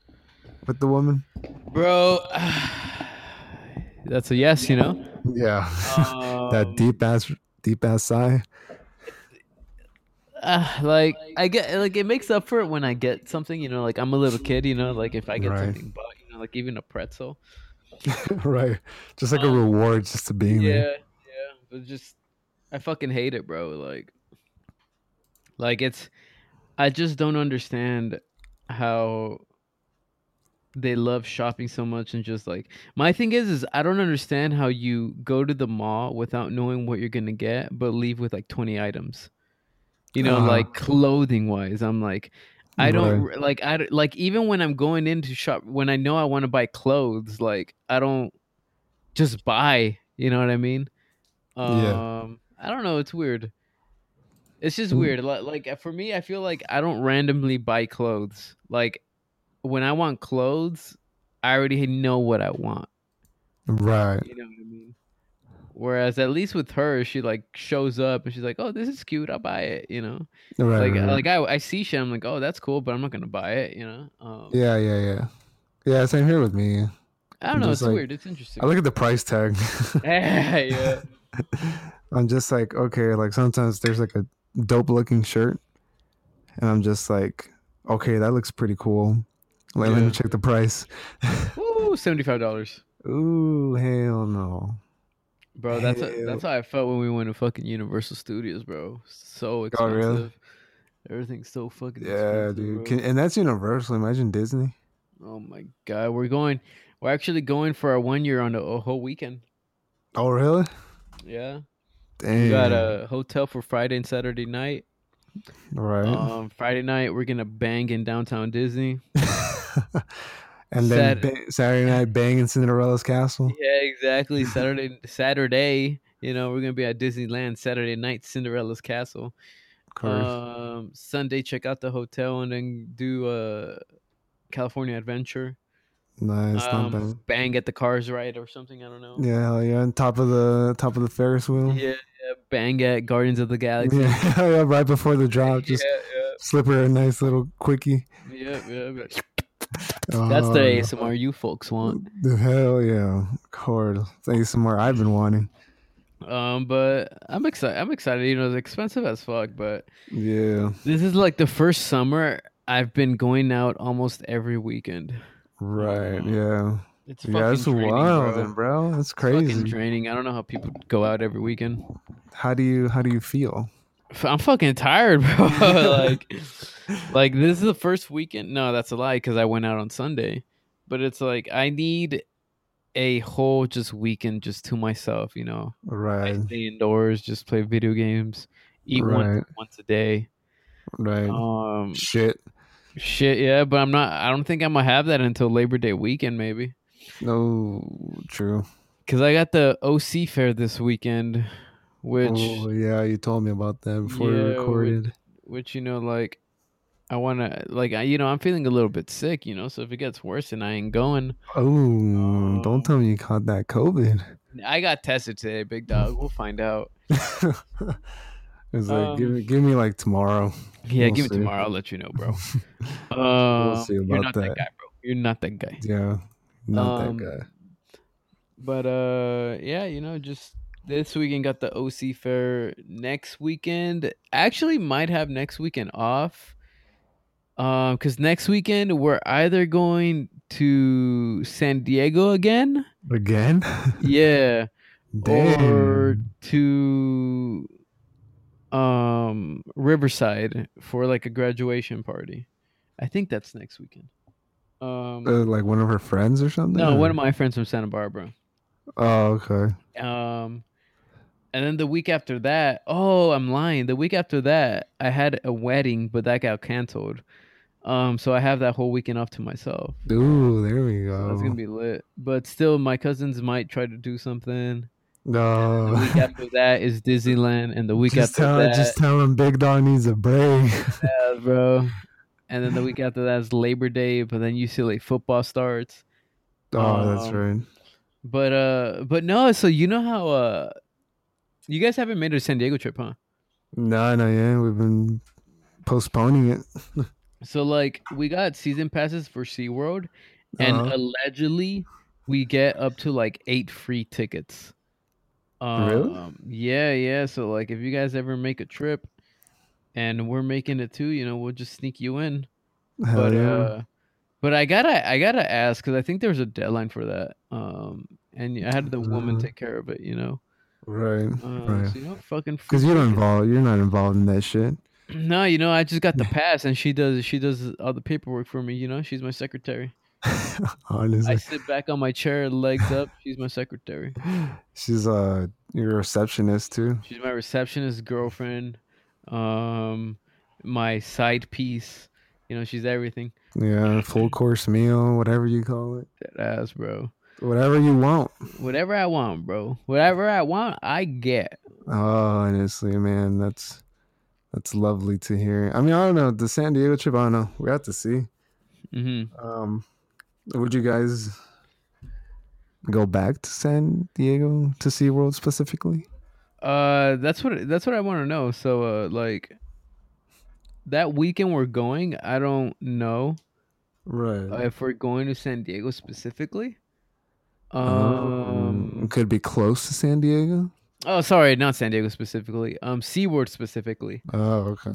[SPEAKER 2] with the woman
[SPEAKER 3] Bro, <sighs> that's a yes, you know.
[SPEAKER 2] yeah <laughs>
[SPEAKER 3] Um,
[SPEAKER 2] that deep ass deep ass sigh <laughs>
[SPEAKER 3] uh, <sighs> like I get like it makes up for it when I get something, you know, like I'm a little kid, you know, like if I get
[SPEAKER 2] Right.
[SPEAKER 3] something bought, you know, like even a pretzel.
[SPEAKER 2] right just like a
[SPEAKER 3] Um,
[SPEAKER 2] reward just to being
[SPEAKER 3] Yeah,
[SPEAKER 2] there
[SPEAKER 3] yeah. But just I fucking hate it, bro. Like like it's I just don't understand how they love shopping so much and just like my thing is is I don't understand how you go to the mall without knowing what you're gonna get but leave with like twenty items. You know,
[SPEAKER 2] Uh-huh.
[SPEAKER 3] like clothing wise. I'm like I don't re- like I don't- like even when I'm going into shop when I know I want to buy clothes, like I don't just buy. You know what I mean? Um,
[SPEAKER 2] Yeah.
[SPEAKER 3] I don't know. It's weird. It's just
[SPEAKER 2] Mm.
[SPEAKER 3] weird. Li- Like for me, I feel like I don't randomly buy clothes. Like when I want clothes, I already know what I want.
[SPEAKER 2] Right.
[SPEAKER 3] You know what I mean? Whereas at least with her, she like shows up and she's like, "Oh, this is cute. I'll buy it." You know,
[SPEAKER 2] Right.
[SPEAKER 3] like
[SPEAKER 2] right, right.
[SPEAKER 3] like I I see shit. I'm like, "Oh, that's cool," but I'm not gonna buy it. You know? Um,
[SPEAKER 2] yeah, yeah, yeah. Yeah, same here with me.
[SPEAKER 3] I don't know.
[SPEAKER 2] Just
[SPEAKER 3] It's
[SPEAKER 2] like-
[SPEAKER 3] weird. It's interesting. <laughs>
[SPEAKER 2] I look at the price tag. <laughs>
[SPEAKER 3] yeah.
[SPEAKER 2] I'm just like, okay, like sometimes there's like a dope looking shirt and I'm just like, okay, that looks pretty cool. Like let
[SPEAKER 3] Yeah.
[SPEAKER 2] me check the price.
[SPEAKER 3] Ooh, seventy five dollars.
[SPEAKER 2] Ooh, hell no.
[SPEAKER 3] Bro, that's a,
[SPEAKER 2] Hell.
[SPEAKER 3] that's how I felt when we went to fucking Universal Studios, bro. So
[SPEAKER 2] Oh,
[SPEAKER 3] expensive.
[SPEAKER 2] really?
[SPEAKER 3] Everything's so fucking
[SPEAKER 2] Yeah,
[SPEAKER 3] expensive, bro.
[SPEAKER 2] dude. Can, and that's universal. Imagine Disney.
[SPEAKER 3] oh my god, we're going. We're actually going for our one year on a, a whole weekend.
[SPEAKER 2] Oh really?
[SPEAKER 3] Yeah,
[SPEAKER 2] Damn.
[SPEAKER 3] we got a hotel for Friday and Saturday night.
[SPEAKER 2] right.
[SPEAKER 3] Um, Friday night we're gonna bang in downtown Disney.
[SPEAKER 2] <laughs> and then
[SPEAKER 3] Sat-
[SPEAKER 2] ba- Saturday night bang in Cinderella's castle.
[SPEAKER 3] Yeah, exactly. Saturday, Saturday. You know, we're gonna be at Disneyland Saturday night, Cinderella's castle.
[SPEAKER 2] Of course.
[SPEAKER 3] Um, Sunday, check out the hotel and then do uh, California Adventure.
[SPEAKER 2] nice. not bad.
[SPEAKER 3] Um, bang at the cars right or something. I don't know.
[SPEAKER 2] Yeah, hell yeah, on top of the top of the Ferris wheel.
[SPEAKER 3] Yeah, yeah, bang at Guardians of the Galaxy.
[SPEAKER 2] Yeah, hell <laughs> yeah, right before the drop, just
[SPEAKER 3] <laughs> yeah,
[SPEAKER 2] slip her a nice little quickie. Um,
[SPEAKER 3] yeah, yeah, yeah. That's
[SPEAKER 2] Uh,
[SPEAKER 3] the ASMR you folks want.
[SPEAKER 2] the hell yeah, cord. Thanks somewhere I've been wanting.
[SPEAKER 3] Um, but I'm excited. I'm excited. You know, it's expensive as fuck, but
[SPEAKER 2] Yeah,
[SPEAKER 3] this is like the first summer I've been going out almost every weekend.
[SPEAKER 2] right. Yeah,
[SPEAKER 3] Mm. It's fucking
[SPEAKER 2] yeah, that's
[SPEAKER 3] draining,
[SPEAKER 2] wild,
[SPEAKER 3] bro.
[SPEAKER 2] then, bro. That's
[SPEAKER 3] Fucking
[SPEAKER 2] crazy.
[SPEAKER 3] draining. I don't know how people go out every weekend.
[SPEAKER 2] How do you how do you feel?
[SPEAKER 3] F- I'm fucking tired, <laughs> bro. like, like this is the first weekend. No, that's a lie because I went out on Sunday. But it's like I need a whole just weekend just to myself. You know, I
[SPEAKER 2] Right,
[SPEAKER 3] stay indoors, just play video games, eat once
[SPEAKER 2] Right.
[SPEAKER 3] once a day.
[SPEAKER 2] right.
[SPEAKER 3] Um,
[SPEAKER 2] Shit.
[SPEAKER 3] shit, yeah. But I'm not. I don't think I'm gonna have that until Labor Day weekend, maybe.
[SPEAKER 2] No, true.
[SPEAKER 3] Cause I got the OC fair this weekend, which
[SPEAKER 2] oh yeah, you told me about that before
[SPEAKER 3] Yeah,
[SPEAKER 2] we
[SPEAKER 3] with-
[SPEAKER 2] recorded.
[SPEAKER 3] which you know like i want to like I, you know i'm feeling a little bit sick you know so if it gets worse and i ain't going
[SPEAKER 2] Oh,
[SPEAKER 3] Um,
[SPEAKER 2] don't tell me you caught that COVID. <laughs>
[SPEAKER 3] i got tested today big dog we'll find out
[SPEAKER 2] It's like give
[SPEAKER 3] Um,
[SPEAKER 2] me give me like tomorrow.
[SPEAKER 3] yeah
[SPEAKER 2] We'll
[SPEAKER 3] give it
[SPEAKER 2] see.
[SPEAKER 3] tomorrow i'll let you know
[SPEAKER 2] <laughs>
[SPEAKER 3] bro uh,
[SPEAKER 2] see
[SPEAKER 3] you're
[SPEAKER 2] about
[SPEAKER 3] not
[SPEAKER 2] that.
[SPEAKER 3] guy bro you're not that guy
[SPEAKER 2] Yeah, not
[SPEAKER 3] Um,
[SPEAKER 2] that guy.
[SPEAKER 3] but uh yeah you know just this weekend got the OC Fair. Next weekend, actually, might have next weekend off. Um, because next weekend we're either going to San
[SPEAKER 2] <laughs>
[SPEAKER 3] Diego again,
[SPEAKER 2] Again?
[SPEAKER 3] yeah,
[SPEAKER 2] Damn.
[SPEAKER 3] or to um Riverside for like a graduation party. I think that's next weekend. Um,
[SPEAKER 2] Uh, like one of her friends or something?
[SPEAKER 3] no,
[SPEAKER 2] or-
[SPEAKER 3] one of my friends from Santa Barbara.
[SPEAKER 2] Oh, okay.
[SPEAKER 3] Um, and then the week after that, oh, I'm lying. The week after that, I had a wedding, but that got canceled. Um, so I have that whole weekend off to myself.
[SPEAKER 2] Ooh, there we
[SPEAKER 3] So
[SPEAKER 2] go.
[SPEAKER 3] that's gonna be lit. But still, my cousins might try to do something. <laughs> The
[SPEAKER 2] no. <laughs>
[SPEAKER 3] week after that is Disneyland, and the week
[SPEAKER 2] just
[SPEAKER 3] after
[SPEAKER 2] tell,
[SPEAKER 3] that,
[SPEAKER 2] just tell him Big Dog needs a break. <laughs>
[SPEAKER 3] yeah, bro. And then the week after that is Labor Day, but then UCLA football starts.
[SPEAKER 2] oh, that's
[SPEAKER 3] Um,
[SPEAKER 2] right.
[SPEAKER 3] But uh, but no. So you know how uh, you guys haven't made a San Diego trip, huh?
[SPEAKER 2] No, no, yeah, we've been postponing it.
[SPEAKER 3] So like we got season passes for SeaWorld and
[SPEAKER 2] Uh-huh.
[SPEAKER 3] allegedly we get up to like 8 free tickets. Um,
[SPEAKER 2] Really?
[SPEAKER 3] Yeah, yeah. So like if you guys ever make a trip and we're making it too, you know, we'll just sneak you in.
[SPEAKER 2] Hell
[SPEAKER 3] but
[SPEAKER 2] yeah.
[SPEAKER 3] uh but I got to I got to ask cuz I think there's a deadline for that. Um and I had the woman
[SPEAKER 2] Uh,
[SPEAKER 3] take care of it, you know.
[SPEAKER 2] right.
[SPEAKER 3] Um,
[SPEAKER 2] right.
[SPEAKER 3] so you know fucking free
[SPEAKER 2] Because you're not
[SPEAKER 3] tickets.
[SPEAKER 2] involved. You're not involved in that shit.
[SPEAKER 3] <clears throat> No, you know, I just got the pass, and she does she does all the paperwork for me. You know, she's my secretary. I
[SPEAKER 2] Honestly,
[SPEAKER 3] sit back on my chair, legs up. She's my secretary.
[SPEAKER 2] she's uh your receptionist too.
[SPEAKER 3] She's my receptionist girlfriend, um, my side piece. You know, she's everything.
[SPEAKER 2] Yeah, full course meal, whatever you call it,
[SPEAKER 3] That ass, bro.
[SPEAKER 2] whatever you want.
[SPEAKER 3] Whatever I want, bro. Whatever I want, I get.
[SPEAKER 2] Oh, honestly, man, that's that's lovely to hear. I mean, I don't know the San Diego trip. I don't know. We have to see.
[SPEAKER 3] hmm
[SPEAKER 2] Um, would you guys go back to San Diego to SeaWorld specifically?
[SPEAKER 3] Uh, that's what that's what I want to know. So, uh, like that weekend we're going. I don't know. uh,
[SPEAKER 2] Right.
[SPEAKER 3] if we're going to San Diego specifically.
[SPEAKER 2] Um,
[SPEAKER 3] Um,
[SPEAKER 2] could be close to San Diego.
[SPEAKER 3] oh, sorry, not San Diego specifically. Um, SeaWorld specifically.
[SPEAKER 2] Oh, okay.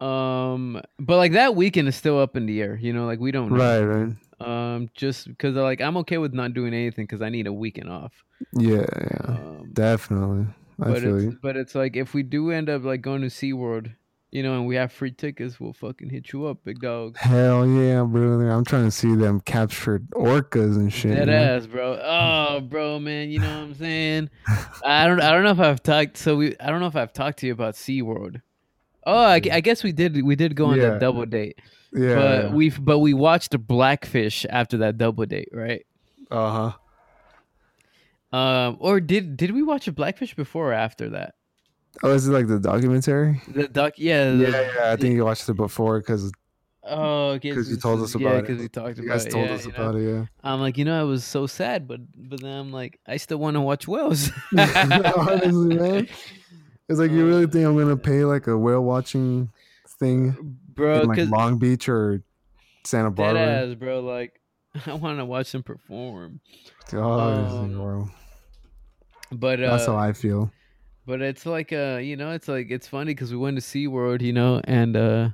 [SPEAKER 3] Um, but like that weekend is still up in the air. You know, like we don't. know.
[SPEAKER 2] Right, right.
[SPEAKER 3] Um, just because like I'm okay with not doing anything because I need a weekend off.
[SPEAKER 2] Yeah, yeah.
[SPEAKER 3] Um,
[SPEAKER 2] Definitely. I
[SPEAKER 3] but
[SPEAKER 2] feel
[SPEAKER 3] it's
[SPEAKER 2] you.
[SPEAKER 3] but it's like if we do end up like going to SeaWorld, you know, and we have free tickets, we'll fucking hit you up, big dog.
[SPEAKER 2] Hell yeah, brother. I'm trying to see them captured orcas and <laughs> shit.
[SPEAKER 3] Dead
[SPEAKER 2] you know?
[SPEAKER 3] ass, bro. Oh, bro, man. You know what I'm saying? I don't. I don't know if I've talked. So we. I don't know if I've talked to you about SeaWorld. Oh, I, gu- I guess we did. We did go on
[SPEAKER 2] Yeah.
[SPEAKER 3] that double date,
[SPEAKER 2] Yeah.
[SPEAKER 3] but we've. But we watched the Blackfish after that double date, right?
[SPEAKER 2] uh huh.
[SPEAKER 3] Um. Or did did we watch a Blackfish before or after that?
[SPEAKER 2] Oh, is it like the documentary?
[SPEAKER 3] The duck. Yeah.
[SPEAKER 2] Yeah,
[SPEAKER 3] the-
[SPEAKER 2] yeah. I think you watched it before because
[SPEAKER 3] Oh, okay.
[SPEAKER 2] 'Cause
[SPEAKER 3] so
[SPEAKER 2] you
[SPEAKER 3] this
[SPEAKER 2] told
[SPEAKER 3] is-
[SPEAKER 2] us
[SPEAKER 3] yeah,
[SPEAKER 2] about it.
[SPEAKER 3] 'cause we talked
[SPEAKER 2] you
[SPEAKER 3] about
[SPEAKER 2] guys
[SPEAKER 3] it.
[SPEAKER 2] told
[SPEAKER 3] yeah,
[SPEAKER 2] us
[SPEAKER 3] you know?
[SPEAKER 2] about it. Yeah.
[SPEAKER 3] I'm like, you know, I was so sad, but but then I'm like, I still want to watch whales.
[SPEAKER 2] <laughs> Honestly, man. It's like you really think I'm gonna pay like a whale watching thing
[SPEAKER 3] bro?
[SPEAKER 2] in like
[SPEAKER 3] Because
[SPEAKER 2] Long Beach or Santa
[SPEAKER 3] Dead
[SPEAKER 2] Barbara?
[SPEAKER 3] ass, bro. Like, <laughs> I want to watch them perform,
[SPEAKER 2] Oh,
[SPEAKER 3] Um,
[SPEAKER 2] bro.
[SPEAKER 3] but uh,
[SPEAKER 2] that's how I feel.
[SPEAKER 3] but it's like uh, you know, it's like it's funny because we went to SeaWorld, you know, and uh,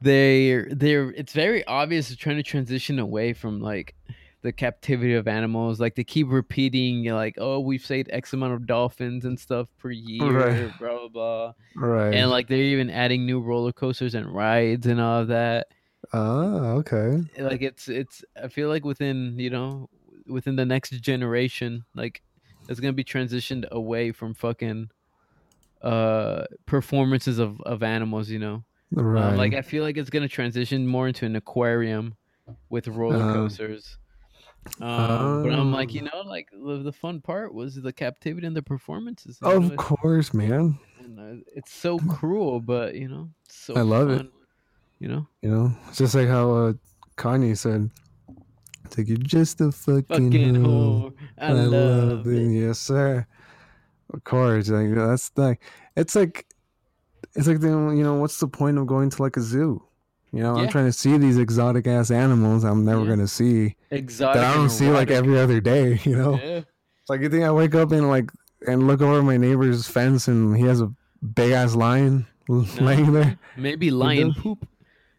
[SPEAKER 3] they they're it's very obvious they're trying to transition away from like the captivity of animals. Like they keep repeating, like, oh, we've saved X amount of dolphins and stuff per year,
[SPEAKER 2] Right.
[SPEAKER 3] blah blah blah,
[SPEAKER 2] Right.
[SPEAKER 3] and like they're even adding new roller coasters and rides and all of that.
[SPEAKER 2] oh, okay.
[SPEAKER 3] like it's it's i feel like within you know within the next generation like it's gonna be transitioned away from fucking uh performances of of animals you know Um,
[SPEAKER 2] Right.
[SPEAKER 3] like i feel like it's gonna transition more into an aquarium with roller
[SPEAKER 2] Uh-huh.
[SPEAKER 3] coasters um, but i'm like
[SPEAKER 2] Oh.
[SPEAKER 3] you know like the, the fun part was the captivity and the performances you know,
[SPEAKER 2] of
[SPEAKER 3] it-
[SPEAKER 2] course, man.
[SPEAKER 3] and, uh, it's so cruel but you know it's so
[SPEAKER 2] I love it.
[SPEAKER 3] fun, you know
[SPEAKER 2] You know, it's just like how uh, Kanye said, it's like you're just a fucking,
[SPEAKER 3] fucking
[SPEAKER 2] hoe.
[SPEAKER 3] whore. i, love, it.
[SPEAKER 2] yes sir. Of course, like that's like it's like it's like then you know what's the point of going to like a zoo? You know, I'm
[SPEAKER 3] Yeah.
[SPEAKER 2] trying to see these exotic ass animals I'm never
[SPEAKER 3] Yeah.
[SPEAKER 2] gonna see
[SPEAKER 3] exotic.
[SPEAKER 2] that I
[SPEAKER 3] and
[SPEAKER 2] don't see like
[SPEAKER 3] erotic.
[SPEAKER 2] every other day. <laughs> You know,
[SPEAKER 3] Yeah.
[SPEAKER 2] like you think I wake up and like and look over my neighbor's fence, and he has a big ass lion laying there.
[SPEAKER 3] Maybe lion
[SPEAKER 2] does.
[SPEAKER 3] poop.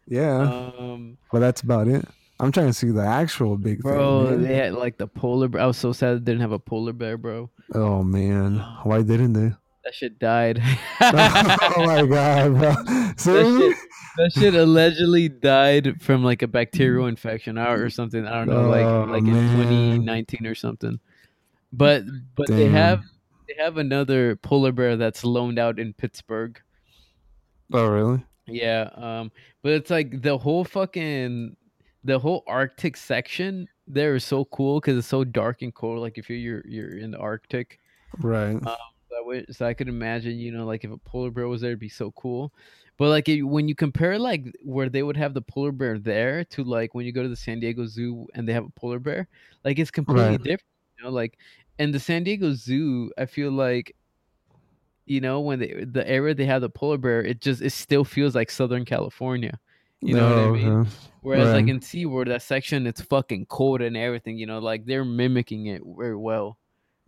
[SPEAKER 2] Yeah,
[SPEAKER 3] Um,
[SPEAKER 2] but that's about it. I'm trying to see the actual big
[SPEAKER 3] bro,
[SPEAKER 2] thing. man.
[SPEAKER 3] they had like the polar bear. I was so sad they didn't have a polar bear, bro.
[SPEAKER 2] Oh man, why didn't they?
[SPEAKER 3] That
[SPEAKER 2] <laughs>
[SPEAKER 3] shit died. <laughs>
[SPEAKER 2] oh
[SPEAKER 3] that,
[SPEAKER 2] my god, bro. Seriously?
[SPEAKER 3] shit,
[SPEAKER 2] <laughs>
[SPEAKER 3] that shit allegedly died from like a bacterial infection or, or something. I don't know,
[SPEAKER 2] Oh,
[SPEAKER 3] like like in
[SPEAKER 2] man.
[SPEAKER 3] 2019 or something. But but they
[SPEAKER 2] Damn.
[SPEAKER 3] have they have another polar bear that's loaned out in Pittsburgh.
[SPEAKER 2] Oh really?
[SPEAKER 3] Yeah, um, but it's like the whole fucking the whole Arctic section there is so cool because it's so dark and cold. Like if you're you're, you're in the Arctic,
[SPEAKER 2] Right.
[SPEAKER 3] so I, would- so I could imagine you know like if a polar bear was there, it'd be so cool. But like it, when you compare like where they would have the polar bear there to like when you go to the San Diego Zoo and they have a polar bear, like it's completely
[SPEAKER 2] Right.
[SPEAKER 3] different. You know, like in the San Diego Zoo, I feel like you know when they, the area they have the polar bear, it just it still feels like Southern California. You know what I
[SPEAKER 2] Oh,
[SPEAKER 3] mean?
[SPEAKER 2] okay.
[SPEAKER 3] Whereas like
[SPEAKER 2] Right.
[SPEAKER 3] in SeaWorld, that section it's fucking cold and everything, you know, like they're mimicking it very well.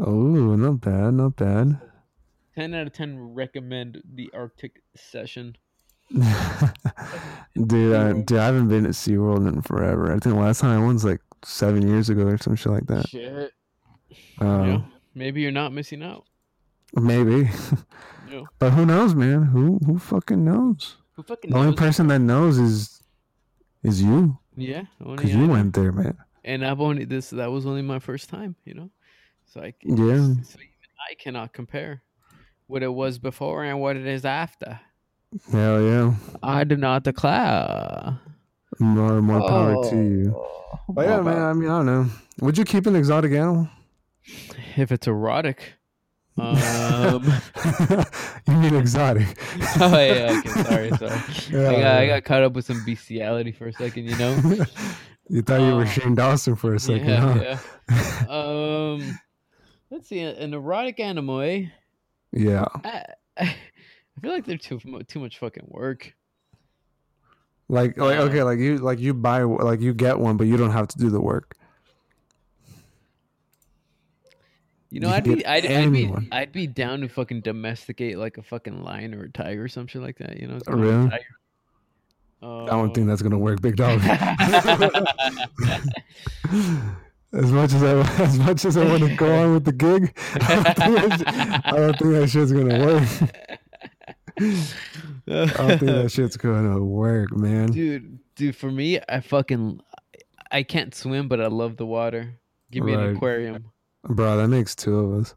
[SPEAKER 2] Oh, not bad, not bad. <laughs>
[SPEAKER 3] Ten out of ten recommend the Arctic session.
[SPEAKER 2] dude, I, dude, I haven't been at SeaWorld in forever. I think the last time I went was like seven years ago or some shit like that.
[SPEAKER 3] Shit.
[SPEAKER 2] Uh,
[SPEAKER 3] Yeah. Maybe you're not missing out.
[SPEAKER 2] Maybe,
[SPEAKER 3] You know.
[SPEAKER 2] but who knows, man? Who who fucking knows?
[SPEAKER 3] Who fucking
[SPEAKER 2] The only
[SPEAKER 3] knows?
[SPEAKER 2] person that knows is is you,
[SPEAKER 3] Yeah. only
[SPEAKER 2] because
[SPEAKER 3] I
[SPEAKER 2] you
[SPEAKER 3] know.
[SPEAKER 2] went there, man.
[SPEAKER 3] And I've only this that was only my first time, you know? So I c-
[SPEAKER 2] Yeah.
[SPEAKER 3] so even I cannot compare what it was before and what it is after.
[SPEAKER 2] Hell yeah,
[SPEAKER 3] I do not declare.
[SPEAKER 2] more more power to you.
[SPEAKER 3] Oh,
[SPEAKER 2] But yeah,
[SPEAKER 3] my
[SPEAKER 2] man.
[SPEAKER 3] bad.
[SPEAKER 2] I mean, I don't know. Would you keep an exotic animal?
[SPEAKER 3] If
[SPEAKER 2] <laughs>
[SPEAKER 3] it's erotic. Um, <laughs>
[SPEAKER 2] you mean exotic? <laughs>
[SPEAKER 3] oh yeah, okay, sorry, sorry. I, got, I
[SPEAKER 2] Yeah.
[SPEAKER 3] got caught up with some bestiality for a second, you know.
[SPEAKER 2] <laughs> you thought you
[SPEAKER 3] Uh,
[SPEAKER 2] were Shane Dawson for a second,
[SPEAKER 3] yeah,
[SPEAKER 2] huh?
[SPEAKER 3] yeah. Um, let's see, an erotic animal. Eh?
[SPEAKER 2] Yeah.
[SPEAKER 3] I, <laughs> I feel like they're too mu- too much fucking work.
[SPEAKER 2] Like like
[SPEAKER 3] Uh,
[SPEAKER 2] okay, like you like you buy like you get one, but you don't have to do the work.
[SPEAKER 3] You know,
[SPEAKER 2] You
[SPEAKER 3] I'd
[SPEAKER 2] could
[SPEAKER 3] be
[SPEAKER 2] get
[SPEAKER 3] I'd, I'd be
[SPEAKER 2] anyone.
[SPEAKER 3] I'd be down to fucking domesticate like a fucking lion or a tiger or some shit like that. You know,
[SPEAKER 2] Oh, really?
[SPEAKER 3] Uh,
[SPEAKER 2] I don't think that's gonna work, big
[SPEAKER 3] <laughs>
[SPEAKER 2] dog. <laughs> as much as I <laughs> as much as I want to go on with the gig, <laughs> I don't think that sh- I don't think that shit's gonna work. I don't think that shit's gonna work, man.
[SPEAKER 3] <laughs> dude dude for me i fucking i can't swim but i love the water give me an
[SPEAKER 2] Right.
[SPEAKER 3] aquarium
[SPEAKER 2] Bro, that makes two of us.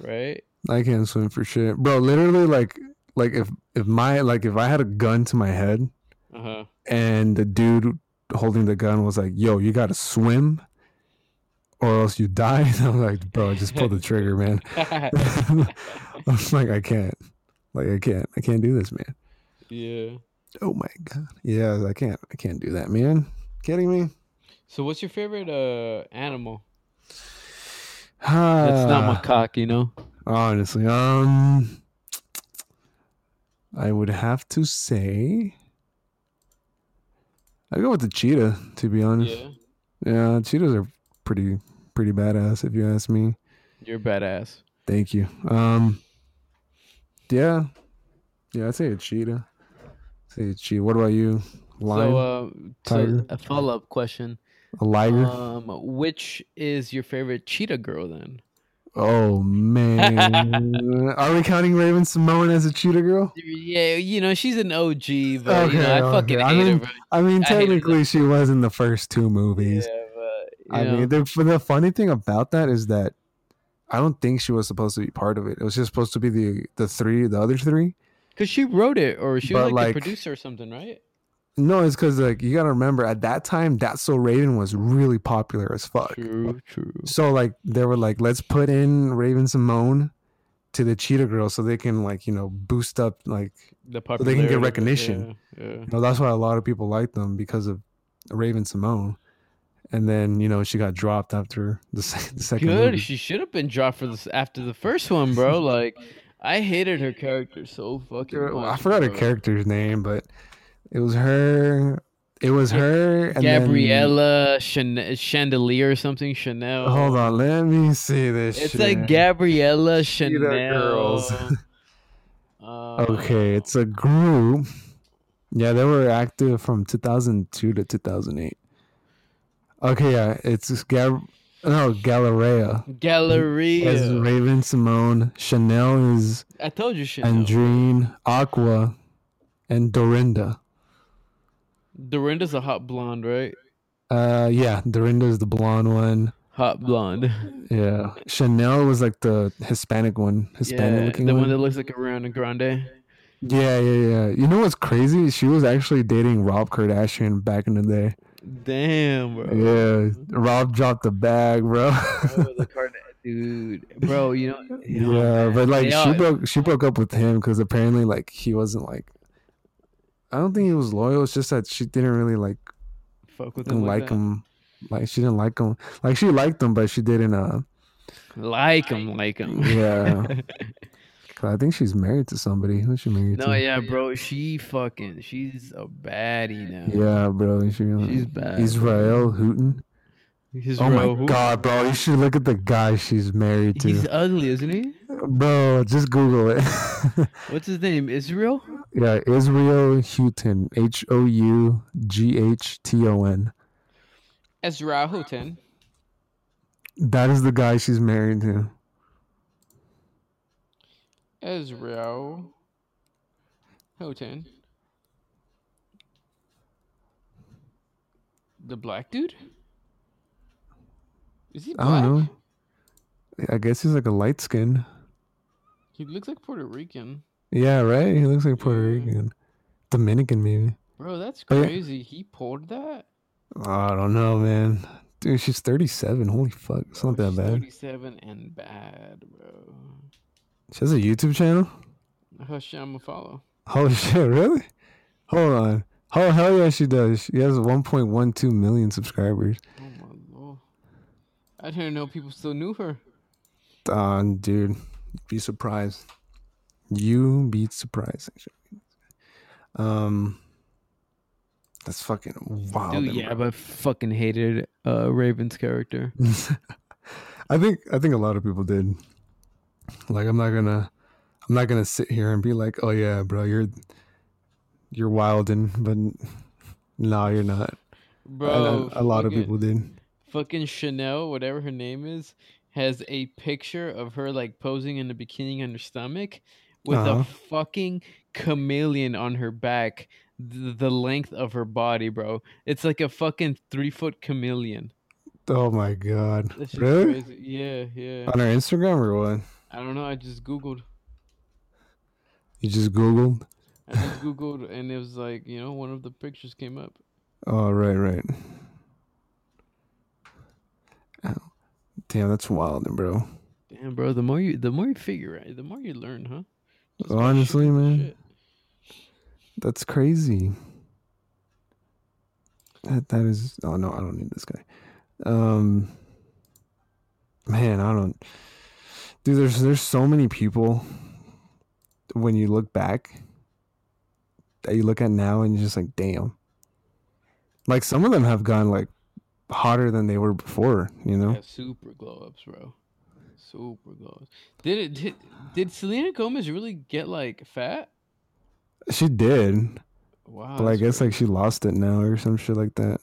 [SPEAKER 3] right
[SPEAKER 2] I can't swim for shit, bro. Literally, like, like if if my like if I had a gun to my head <laughs>
[SPEAKER 3] uh-huh <laughs>
[SPEAKER 2] and the dude holding the gun was like, "Yo, you gotta swim, or else you die," <laughs> and I'm like, "Bro, just pull the trigger, man." <laughs> I'm like, I can't, like, I can't, I can't do this, man.
[SPEAKER 3] yeah
[SPEAKER 2] Oh my god, yeah, I can't, I can't do that, man. Kidding me?
[SPEAKER 3] so what's your favorite uh animal
[SPEAKER 2] Ah,
[SPEAKER 3] that's not my cock you know
[SPEAKER 2] <sighs> honestly. Um, I would have to say. I go with the cheetah, to be honest.
[SPEAKER 3] yeah
[SPEAKER 2] Yeah, cheetahs are pretty pretty badass if you ask me.
[SPEAKER 3] you're badass
[SPEAKER 2] Thank you. Um Yeah. Yeah, I'd say a cheetah. I'd say a cheetah. What about you? Lion?
[SPEAKER 3] so uh so
[SPEAKER 2] Tiger.
[SPEAKER 3] a follow-up question
[SPEAKER 2] a liger?
[SPEAKER 3] um which is your favorite cheetah girl then
[SPEAKER 2] oh man. are we counting Raven Samoan as a cheetah girl?
[SPEAKER 3] yeah you know she's an og but you know
[SPEAKER 2] Okay,
[SPEAKER 3] i
[SPEAKER 2] okay.
[SPEAKER 3] fucking
[SPEAKER 2] I
[SPEAKER 3] hate her
[SPEAKER 2] mean-
[SPEAKER 3] bro.
[SPEAKER 2] I mean
[SPEAKER 3] I hated
[SPEAKER 2] technically she was in the first two
[SPEAKER 3] yeah
[SPEAKER 2] movies.
[SPEAKER 3] but
[SPEAKER 2] I
[SPEAKER 3] you know.
[SPEAKER 2] mean the for the funny thing about that is that I don't think she was supposed to be part of it. It was just supposed to be the the three, the other three.
[SPEAKER 3] Cause she wrote it, or she was
[SPEAKER 2] But,
[SPEAKER 3] like, the
[SPEAKER 2] like-
[SPEAKER 3] producer or something, right?
[SPEAKER 2] No, it's because like you gotta remember at that time, that so Raven was really popular as fuck.
[SPEAKER 3] True, true.
[SPEAKER 2] So like they were like, let's put in Raven Simone to the Cheetah Girl so they can like you know boost up like
[SPEAKER 3] The
[SPEAKER 2] so they can
[SPEAKER 3] popularity,
[SPEAKER 2] get
[SPEAKER 3] but
[SPEAKER 2] recognition.
[SPEAKER 3] Yeah, yeah.
[SPEAKER 2] you know that's why a lot of people like them because of Raven Simone. And then you know she got dropped after the, se- <laughs> the second.
[SPEAKER 3] Good.
[SPEAKER 2] movie.
[SPEAKER 3] She should have been dropped for this after the first
[SPEAKER 2] <laughs>
[SPEAKER 3] one, bro. Like, I hated her character so fucking.
[SPEAKER 2] Well, I
[SPEAKER 3] much,
[SPEAKER 2] forgot her
[SPEAKER 3] bro.
[SPEAKER 2] character's name, but it was her It was her and then-
[SPEAKER 3] Gabriella Chan- Chandelier or something. Chanel.
[SPEAKER 2] hold on, let me see this.
[SPEAKER 3] It's
[SPEAKER 2] Oh, shit.
[SPEAKER 3] like Gabriella Chanel. <laughs>
[SPEAKER 2] girls.
[SPEAKER 3] Uh,
[SPEAKER 2] Okay, it's a group. Yeah, they were active from 2002 to 2008. Okay, yeah, it's Gab. No, Galleria is
[SPEAKER 3] Galleria.
[SPEAKER 2] Raven Simone. Chanel is
[SPEAKER 3] I told you Chanel.
[SPEAKER 2] Andrine, Aqua, and Dorinda.
[SPEAKER 3] Dorinda's a hot blonde, right?
[SPEAKER 2] Uh, yeah, Dorinda is the blonde one.
[SPEAKER 3] Hot blonde.
[SPEAKER 2] Yeah, Chanel was like the Hispanic one, <laughs> Hispanic
[SPEAKER 3] yeah,
[SPEAKER 2] looking
[SPEAKER 3] the
[SPEAKER 2] one.
[SPEAKER 3] one that looks like Ariana Grande.
[SPEAKER 2] yeah, yeah, yeah. You know what's crazy? She was actually dating Rob Kardashian back in the day.
[SPEAKER 3] Damn, bro.
[SPEAKER 2] Yeah, Rob dropped the bag, bro. <laughs>
[SPEAKER 3] Bro, Oh, the Card- dude, bro, you know. you know,
[SPEAKER 2] yeah,
[SPEAKER 3] man,
[SPEAKER 2] but like
[SPEAKER 3] they
[SPEAKER 2] she
[SPEAKER 3] all-
[SPEAKER 2] broke she broke up with him because apparently like he wasn't like I don't think he was loyal. It's just that she didn't really like
[SPEAKER 3] fuck with
[SPEAKER 2] didn't
[SPEAKER 3] him
[SPEAKER 2] like him. Like she didn't like him. Like she liked him, but she didn't. Uh,
[SPEAKER 3] that. Like him, like him. <laughs>
[SPEAKER 2] yeah. 'Cause I think she's married to somebody. Who's she married
[SPEAKER 3] no,
[SPEAKER 2] to?
[SPEAKER 3] yeah, bro. She fucking. She's a baddie now.
[SPEAKER 2] Yeah, bro. She,
[SPEAKER 3] She's bad.
[SPEAKER 2] Israel Hooten.
[SPEAKER 3] He's
[SPEAKER 2] Oh my
[SPEAKER 3] real- who-
[SPEAKER 2] god, bro! You should look at the guy she's married to,
[SPEAKER 3] He's ugly, isn't he?
[SPEAKER 2] bro. Just Google it. <laughs>
[SPEAKER 3] What's his name? Israel?
[SPEAKER 2] Yeah, Israel Houghton. H O U G H T O N.
[SPEAKER 3] Ezra Houghton.
[SPEAKER 2] That is the guy she's married to.
[SPEAKER 3] Ezra Houghton. The black dude? Is he
[SPEAKER 2] I
[SPEAKER 3] black?
[SPEAKER 2] don't know. I guess he's like a light skin.
[SPEAKER 3] He looks like Puerto Rican.
[SPEAKER 2] Yeah, right? He looks like Puerto
[SPEAKER 3] Yeah.
[SPEAKER 2] Rican. Dominican, maybe.
[SPEAKER 3] Bro, that's
[SPEAKER 2] But Oh, yeah.
[SPEAKER 3] crazy. He poured that?
[SPEAKER 2] I don't know, man. Dude, she's 37. Holy fuck. It's not
[SPEAKER 3] Bro,
[SPEAKER 2] that
[SPEAKER 3] she's
[SPEAKER 2] bad.
[SPEAKER 3] 37 and bad, bro.
[SPEAKER 2] She has a YouTube channel?
[SPEAKER 3] Hush, I'm gonna follow.
[SPEAKER 2] Holy <laughs> shit, really? Hold on. Oh, hell yeah, she does. She has 1.12 million subscribers.
[SPEAKER 3] Oh my lord. I didn't know people still knew her.
[SPEAKER 2] Uh, dude, you'd be surprised. You be surprised. actually. Um, that's fucking wild.
[SPEAKER 3] Dude, yeah, but I fucking hated uh, Raven's character.
[SPEAKER 2] I think I think a lot of people did. Like, I'm not gonna, I'm not gonna sit here and be like, oh yeah, bro, you're, you're wilding, but no, you're not. A-
[SPEAKER 3] Bro,
[SPEAKER 2] a, a lot of
[SPEAKER 3] fucking-
[SPEAKER 2] people did.
[SPEAKER 3] Fucking Chanel, whatever her name is, has a picture of her like posing in a bikini on her stomach with
[SPEAKER 2] Uh-huh.
[SPEAKER 3] a fucking chameleon on her back, th- the length of her body, bro. It's like a fucking three foot chameleon.
[SPEAKER 2] Oh my god,
[SPEAKER 3] That's just
[SPEAKER 2] really?
[SPEAKER 3] crazy. Yeah, yeah.
[SPEAKER 2] On her Instagram or what?
[SPEAKER 3] I don't know. I just googled.
[SPEAKER 2] You just Googled.
[SPEAKER 3] I just googled, <laughs> and it was like you know one of the pictures came up.
[SPEAKER 2] Oh right, right. Ow. Damn, that's wild, bro.
[SPEAKER 3] Damn, bro. The more you, the more you figure out, the more you learn, huh? Just by
[SPEAKER 2] Honestly,
[SPEAKER 3] shooting the
[SPEAKER 2] man.
[SPEAKER 3] shit.
[SPEAKER 2] That's crazy. That that is. Oh no, I don't need this guy. Um, man, I don't. Dude, there's there's so many people. When you look back, that you look at now, and you're just like, damn. Like some of them have gone like hotter than they were before. You know.
[SPEAKER 3] Yeah, super glow ups, bro. Super glow ups. Did it did, did Selena Gomez really get like fat?
[SPEAKER 2] She did,
[SPEAKER 3] Wow.
[SPEAKER 2] but I guess like she lost it now or some shit like that.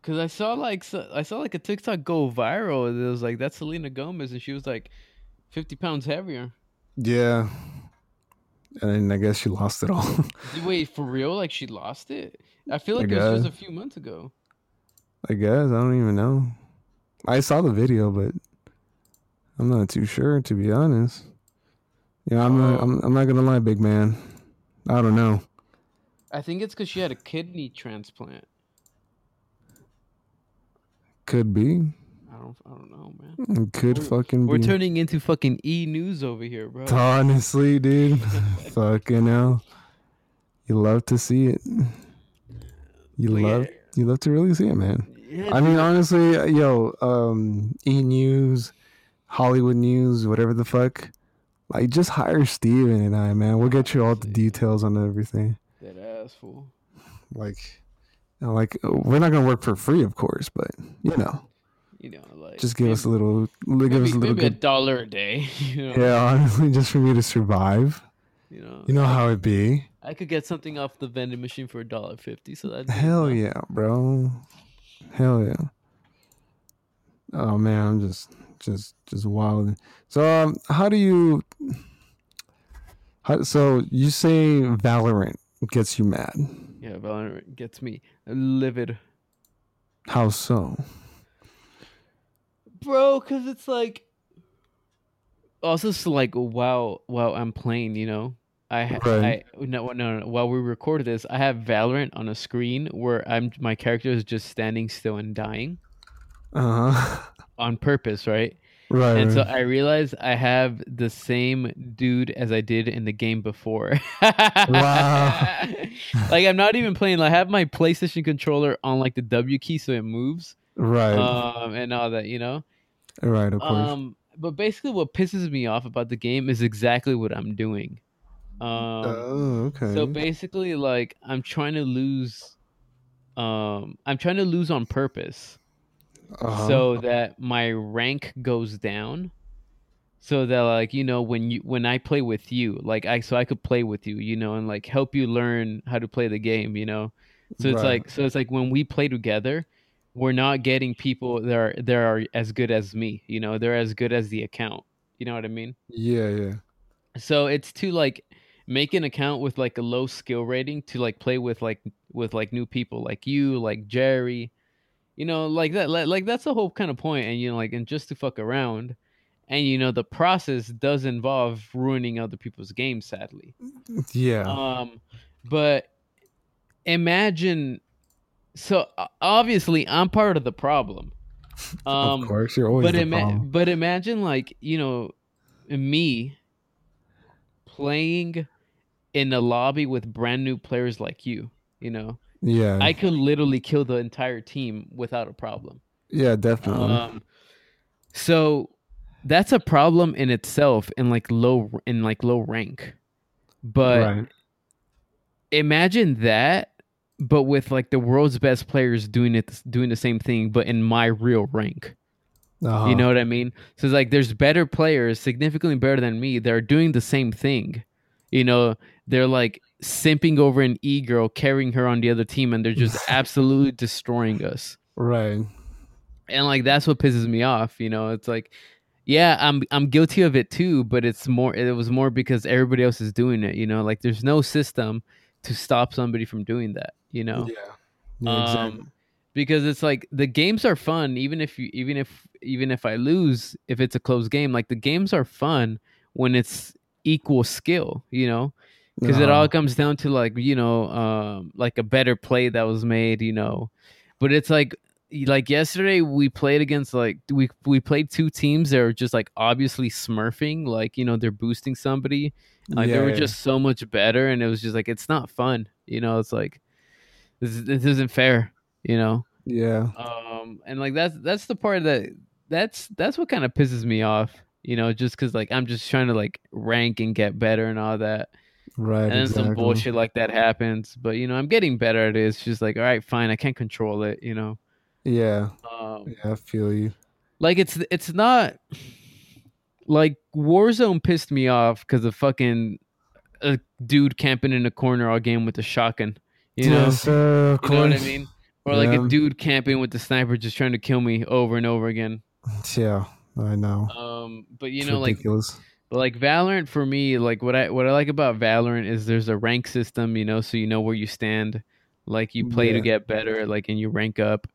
[SPEAKER 3] because I saw like so, I saw like a TikTok go viral. And it was like that's Selena Gomez, and she was like fifty pounds heavier.
[SPEAKER 2] Yeah. And I guess she lost it all. <laughs>
[SPEAKER 3] Dude, Wait, for real? Like she lost it? I feel
[SPEAKER 2] I
[SPEAKER 3] like it was
[SPEAKER 2] guess.
[SPEAKER 3] just a few months ago.
[SPEAKER 2] I guess I don't even know. I saw the video, but I'm not too sure to be honest. Yeah, I'm not,
[SPEAKER 3] Oh.
[SPEAKER 2] I'm, I'm not gonna lie, big man. I don't know.
[SPEAKER 3] I think it's because she had a kidney transplant.
[SPEAKER 2] Could be.
[SPEAKER 3] I don't I don't know, man.
[SPEAKER 2] Could
[SPEAKER 3] We're-
[SPEAKER 2] fucking
[SPEAKER 3] <laughs> We're
[SPEAKER 2] be.
[SPEAKER 3] turning into fucking e news over here, bro.
[SPEAKER 2] <laughs> Honestly, dude. <laughs> fucking hell. You love to see it. You
[SPEAKER 3] But
[SPEAKER 2] love
[SPEAKER 3] yeah.
[SPEAKER 2] you love to really see it, man.
[SPEAKER 3] Yeah,
[SPEAKER 2] I mean, honestly, yo, um, E News, Hollywood News, whatever the fuck, like just hire Steven and I, man. We'll get you all the details on everything.
[SPEAKER 3] that asshole.
[SPEAKER 2] Like, you know, like we're not gonna work for free, of course, but you know,
[SPEAKER 3] You know, like
[SPEAKER 2] just give us a
[SPEAKER 3] maybe-
[SPEAKER 2] little, give
[SPEAKER 3] maybe,
[SPEAKER 2] us a little
[SPEAKER 3] maybe a
[SPEAKER 2] good.
[SPEAKER 3] dollar a day. <laughs> You know,
[SPEAKER 2] Yeah, honestly, just for me to survive.
[SPEAKER 3] you know,
[SPEAKER 2] You know how it be.
[SPEAKER 3] I could get something off the vending machine for a dollar fifty. So that
[SPEAKER 2] Hell yeah, bro. Hell yeah. Oh man, I'm just just just wild. So um, how do you how, so you say Valorant gets you mad.
[SPEAKER 3] yeah, Valorant gets me livid,
[SPEAKER 2] How so?
[SPEAKER 3] bro. Because it's like also it's Oh, like while while I'm playing, you know, I ha-
[SPEAKER 2] Right.
[SPEAKER 3] I no, no no while we record this, I have Valorant on a screen where I'm my character is just standing still and dying
[SPEAKER 2] Uh-huh. <laughs>
[SPEAKER 3] on purpose, right?
[SPEAKER 2] Right.
[SPEAKER 3] And so
[SPEAKER 2] right.
[SPEAKER 3] I realized I have the same dude as I did in the game before.
[SPEAKER 2] Wow.
[SPEAKER 3] <laughs> like I'm not even playing. Like, I have my PlayStation controller on like the W key so it moves.
[SPEAKER 2] right.
[SPEAKER 3] Um and all that, you know?
[SPEAKER 2] right, of course.
[SPEAKER 3] Um but basically what pisses me off about the game is exactly what I'm doing. Um
[SPEAKER 2] oh, okay.
[SPEAKER 3] so basically like I'm trying to lose um I'm trying to lose on purpose
[SPEAKER 2] Uh-huh.
[SPEAKER 3] so that my rank goes down so that like you know when you when i play with you like i so i could play with you you know and like help you learn how to play the game you know so it's
[SPEAKER 2] Right.
[SPEAKER 3] like so it's like when we play together we're not getting people that are that are as good as me you know they're as good as the account you know what i mean
[SPEAKER 2] yeah, yeah.
[SPEAKER 3] so it's to like make an account with like a low skill rating to like play with like with like new people like you like jerry you know like that like, like that's the whole kind of point and you know like and just to fuck around and you know the process does involve ruining other people's games sadly
[SPEAKER 2] Yeah.
[SPEAKER 3] um but imagine so o- obviously i'm part of the problem um
[SPEAKER 2] <laughs> of course, you're always
[SPEAKER 3] but
[SPEAKER 2] the
[SPEAKER 3] ima-
[SPEAKER 2] problem.
[SPEAKER 3] but imagine like you know me playing in a lobby with brand new players like you you know
[SPEAKER 2] Yeah.
[SPEAKER 3] i could literally kill the entire team without a problem
[SPEAKER 2] yeah, definitely.
[SPEAKER 3] um so that's a problem in itself in like low in like low rank but
[SPEAKER 2] right.
[SPEAKER 3] imagine that but with like the world's best players doing it doing the same thing but in my real rank
[SPEAKER 2] Uh-huh.
[SPEAKER 3] you know what I mean? So it's like there's better players, significantly better than me. They're doing the same thing. You know, they're like simping over an e girl, carrying her on the other team, and they're just absolutely destroying us.
[SPEAKER 2] Right.
[SPEAKER 3] And like that's what pisses me off. You know, it's like, yeah, I'm I'm guilty of it too, but it's more. It was more because everybody else is doing it. You know, like there's no system to stop somebody from doing that. You know
[SPEAKER 2] Yeah. Yeah, exactly.
[SPEAKER 3] um, because it's like the games are fun even if you even if even if i lose if it's a close game like the games are fun when it's equal skill you know because it
[SPEAKER 2] Uh-huh.
[SPEAKER 3] all comes down to like you know um like a better play that was made you know but it's like like yesterday we played against like we we played two teams that were just like obviously smurfing like you know they're boosting somebody like they
[SPEAKER 2] Yeah,
[SPEAKER 3] were
[SPEAKER 2] yeah.
[SPEAKER 3] just so much better, and it was just like it's not fun. You know, it's like this this isn't fair. You know,
[SPEAKER 2] yeah.
[SPEAKER 3] um, and like that's that's the part that that's that's what kind of pisses me off. You know, just because like I'm just trying to like rank and get better and all that,
[SPEAKER 2] Right.
[SPEAKER 3] and then some
[SPEAKER 2] exactly.
[SPEAKER 3] bullshit like that happens. But you know, I'm getting better at it. It's just like all right, fine, I can't control it. You know,
[SPEAKER 2] Yeah.
[SPEAKER 3] um,
[SPEAKER 2] Yeah, I feel you.
[SPEAKER 3] like it's it's not like Warzone pissed me off because of fucking a dude camping in a corner all game with a shotgun. You know,
[SPEAKER 2] Yes, sir, of
[SPEAKER 3] you know what I
[SPEAKER 2] course.
[SPEAKER 3] mean? Or like
[SPEAKER 2] Yeah.
[SPEAKER 3] a dude camping with the sniper just trying to kill me over and over again.
[SPEAKER 2] Yeah, I know.
[SPEAKER 3] Um, but you
[SPEAKER 2] It's
[SPEAKER 3] know, like
[SPEAKER 2] ridiculous.
[SPEAKER 3] but like Valorant for me, like what I what I like about Valorant is there's a rank system, you know, so you know where you stand. Like you play to
[SPEAKER 2] Yeah.
[SPEAKER 3] get better, like and you rank up.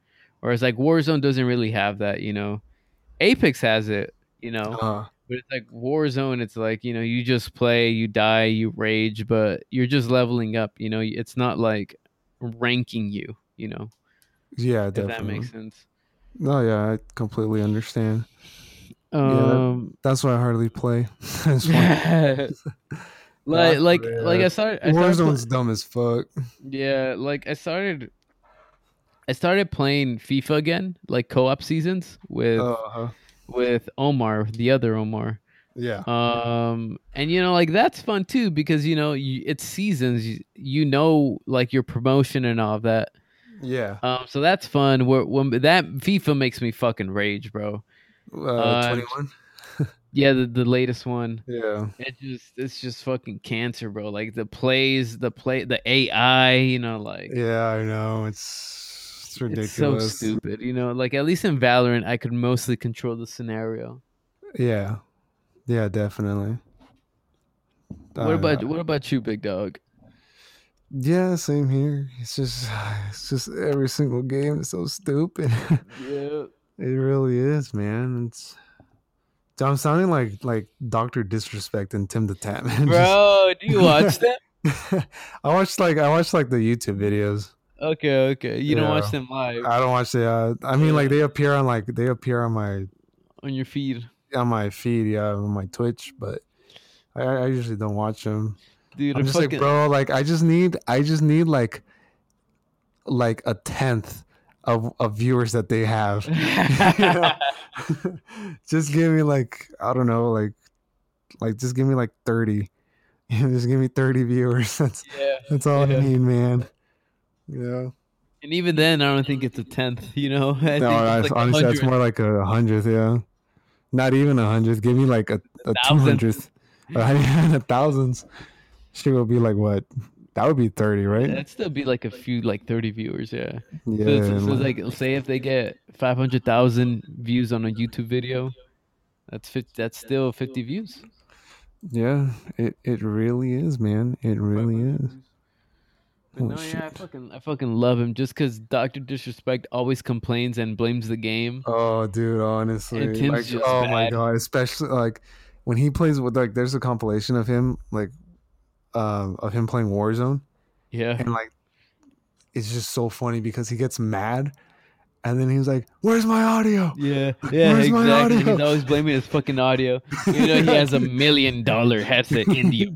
[SPEAKER 3] Whereas like Warzone doesn't really have that, you know. Apex has it, you know.
[SPEAKER 2] uh,
[SPEAKER 3] But it's like Warzone. It's like you know, you just play, you die, you rage, but you're just leveling up. You know, it's not like ranking you. You know,
[SPEAKER 2] yeah,
[SPEAKER 3] if that
[SPEAKER 2] definitely.
[SPEAKER 3] makes sense.
[SPEAKER 2] No, yeah, I completely understand. that-
[SPEAKER 3] Um,
[SPEAKER 2] That's why I hardly play. <laughs> That's why.
[SPEAKER 3] <laughs> like like
[SPEAKER 2] Yeah.
[SPEAKER 3] like I started. I started pl-
[SPEAKER 2] Warzone's dumb as fuck.
[SPEAKER 3] yeah, like I started. I started playing FIFA again, like co-op seasons with
[SPEAKER 2] Uh-huh.
[SPEAKER 3] with Omar, the other Omar.
[SPEAKER 2] Yeah.
[SPEAKER 3] um and you know like that's fun too because you know you, it's seasons you, you know like your promotion and all of that
[SPEAKER 2] Yeah.
[SPEAKER 3] um so that's fun when, when that fifa makes me fucking rage bro
[SPEAKER 2] Uh,
[SPEAKER 3] uh,
[SPEAKER 2] 21.
[SPEAKER 3] yeah the, the latest one
[SPEAKER 2] Yeah.
[SPEAKER 3] it just it's just fucking cancer bro like the plays the play the ai you know like
[SPEAKER 2] Yeah, I know. It's, it's
[SPEAKER 3] it's so
[SPEAKER 2] ridiculous.
[SPEAKER 3] stupid you know like at least in valorant i could mostly control the scenario
[SPEAKER 2] Yeah. Yeah, definitely.
[SPEAKER 3] what about
[SPEAKER 2] Uh,
[SPEAKER 3] what about you big dog
[SPEAKER 2] Yeah, same here. It's just <sighs> it's just every single game is so stupid. <laughs>
[SPEAKER 3] yeah
[SPEAKER 2] it really is, man. It's I'm sounding like like Doctor Disrespect and Tim the Tap <laughs> Man.
[SPEAKER 3] bro do you watch that
[SPEAKER 2] <laughs> I watched like I watched like the YouTube videos.
[SPEAKER 3] okay okay you don't
[SPEAKER 2] Yeah.
[SPEAKER 3] watch them live
[SPEAKER 2] I don't watch the. Uh, I mean, like they appear on like they appear on my
[SPEAKER 3] on your feed
[SPEAKER 2] on my feed, yeah, on my Twitch, but I, I usually don't watch them.
[SPEAKER 3] dude
[SPEAKER 2] I'm
[SPEAKER 3] a
[SPEAKER 2] just
[SPEAKER 3] fucking,
[SPEAKER 2] like, bro, <laughs>
[SPEAKER 3] <laughs>
[SPEAKER 2] like I just need, I just need like, like a tenth of of viewers that they have. <laughs> just give me like, I don't know, like, like just give me like thirty. <laughs> just give me thirty viewers. <laughs> That's
[SPEAKER 3] yeah
[SPEAKER 2] that's all
[SPEAKER 3] Yeah.
[SPEAKER 2] I need, man. Yeah.
[SPEAKER 3] and even then i don't think it's a tenth you know <laughs> I
[SPEAKER 2] No,
[SPEAKER 3] think
[SPEAKER 2] I,
[SPEAKER 3] it's like a
[SPEAKER 2] honestly, that's
[SPEAKER 3] hundredth.
[SPEAKER 2] more like a hundredth. Yeah, not even a hundredth. Give me like a two
[SPEAKER 3] thousandth.
[SPEAKER 2] hundredth, not even <laughs> a thousands. She will be like what? That would be thirty, right?
[SPEAKER 3] that'd still be like a few like 30 viewers yeah
[SPEAKER 2] Yeah.
[SPEAKER 3] So it's, so
[SPEAKER 2] like-
[SPEAKER 3] it's like, say if they get five hundred thousand views on a YouTube video, that's 50, that's still fifty views.
[SPEAKER 2] Yeah, it, it really is, man. It really is.
[SPEAKER 3] But
[SPEAKER 2] Holy
[SPEAKER 3] no, yeah, I
[SPEAKER 2] shit.
[SPEAKER 3] fucking I fucking love him just because Doctor Disrespect always complains and blames the game.
[SPEAKER 2] Oh, dude, honestly,
[SPEAKER 3] And Tim's
[SPEAKER 2] like,
[SPEAKER 3] just
[SPEAKER 2] oh my
[SPEAKER 3] bad.
[SPEAKER 2] god, especially like when he plays with like, there's a compilation of him like, um, of him playing Warzone,
[SPEAKER 3] Yeah,
[SPEAKER 2] and like, it's just so funny because he gets mad, and then he's like, "Where's my audio?"
[SPEAKER 3] <laughs>
[SPEAKER 2] <laughs>
[SPEAKER 3] yeah, yeah,
[SPEAKER 2] Where's my
[SPEAKER 3] exactly. He's
[SPEAKER 2] audio?
[SPEAKER 3] always blaming his fucking audio. You know, he has a million dollar headset in the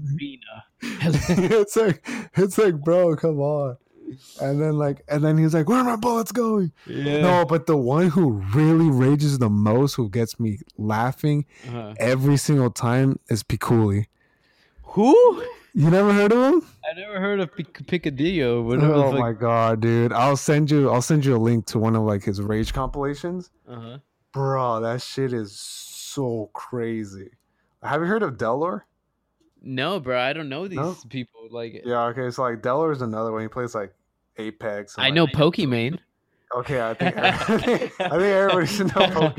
[SPEAKER 3] arena.
[SPEAKER 2] it's like, it's like, bro, come on. And then like, and then he's like, "Where are my bullets going?"
[SPEAKER 3] <laughs> yeah.
[SPEAKER 2] No, but the one who really rages the most, who gets me laughing
[SPEAKER 3] Uh-huh.
[SPEAKER 2] every single time, is Piccoli.
[SPEAKER 3] Who?
[SPEAKER 2] You never heard of him?
[SPEAKER 3] I never heard of Pic- Picadillo. Whatever.
[SPEAKER 2] Oh
[SPEAKER 3] the fuck-
[SPEAKER 2] my god, dude! I'll send you. I'll send you a link to one of like his rage compilations,
[SPEAKER 3] Uh-huh.
[SPEAKER 2] bro. That shit is so crazy. Have you heard of Delor?
[SPEAKER 3] No, bro, I don't know these
[SPEAKER 2] No?
[SPEAKER 3] people. Like,
[SPEAKER 2] Yeah. Okay. So like Delor is another one. He plays like Apex. and,
[SPEAKER 3] I
[SPEAKER 2] like-
[SPEAKER 3] know Pokimane.
[SPEAKER 2] <laughs> Okay. I
[SPEAKER 3] <laughs>
[SPEAKER 2] think. I think everybody <laughs> should know
[SPEAKER 3] <laughs>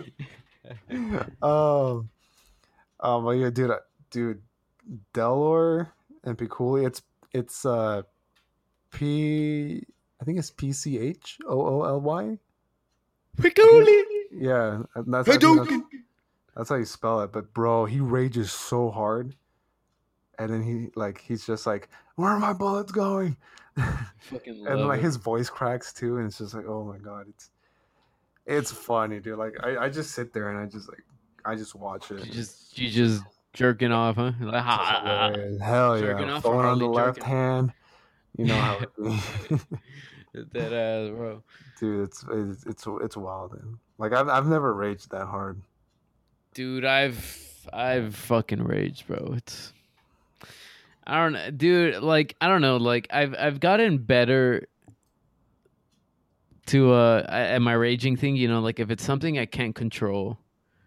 [SPEAKER 2] Pokemon. um, um, well, yeah, dude, uh, dude, Delor and Piccoli. It's it's uh, P. I think it's P C H O O L Y. <laughs>
[SPEAKER 3] Piccoli.
[SPEAKER 2] Yeah, and that's I think that's, that's how you spell it. But bro, he rages so hard, and then he like he's just like, "Where are my bullets going?" <laughs>
[SPEAKER 3] Fucking
[SPEAKER 2] and
[SPEAKER 3] love
[SPEAKER 2] like
[SPEAKER 3] it.
[SPEAKER 2] his voice cracks too, and it's just like, oh my god, it's it's funny, dude. Like I, I just sit there and I just like I just watch it.
[SPEAKER 3] You just you just jerking off, huh? Like,
[SPEAKER 2] It's
[SPEAKER 3] ha, ha, ha.
[SPEAKER 2] hilarious. Hell
[SPEAKER 3] jerking
[SPEAKER 2] yeah,
[SPEAKER 3] off or
[SPEAKER 2] phone on the
[SPEAKER 3] hardly
[SPEAKER 2] left
[SPEAKER 3] jerking?
[SPEAKER 2] hand. You know how, it be.
[SPEAKER 3] <laughs>
[SPEAKER 2] <laughs>
[SPEAKER 3] that ass, bro.
[SPEAKER 2] dude. It's it's it's, it's wild. Dude. Like I've I've never raged that hard.
[SPEAKER 3] Dude, I've I've fucking raged, bro. It's I don't know, dude. Like I don't know. Like I've I've gotten better to uh a- at my raging thing. You know, like if it's something I can't control,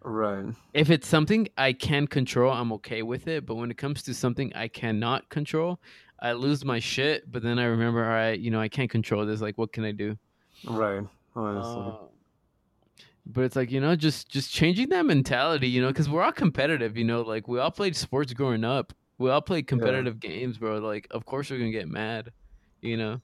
[SPEAKER 2] Right.
[SPEAKER 3] if it's something I can control, I'm okay with it. But when it comes to something I cannot control, I lose my shit. But then I remember, all right, you know, I can't control this. Like, what can I do?
[SPEAKER 2] Right. Honestly.
[SPEAKER 3] Uh, but it's like you know, just just changing that mentality, you know, because we're all competitive. You know, like we all played sports growing up. We all played competitive games, bro. Like, of course we're gonna get mad. You know,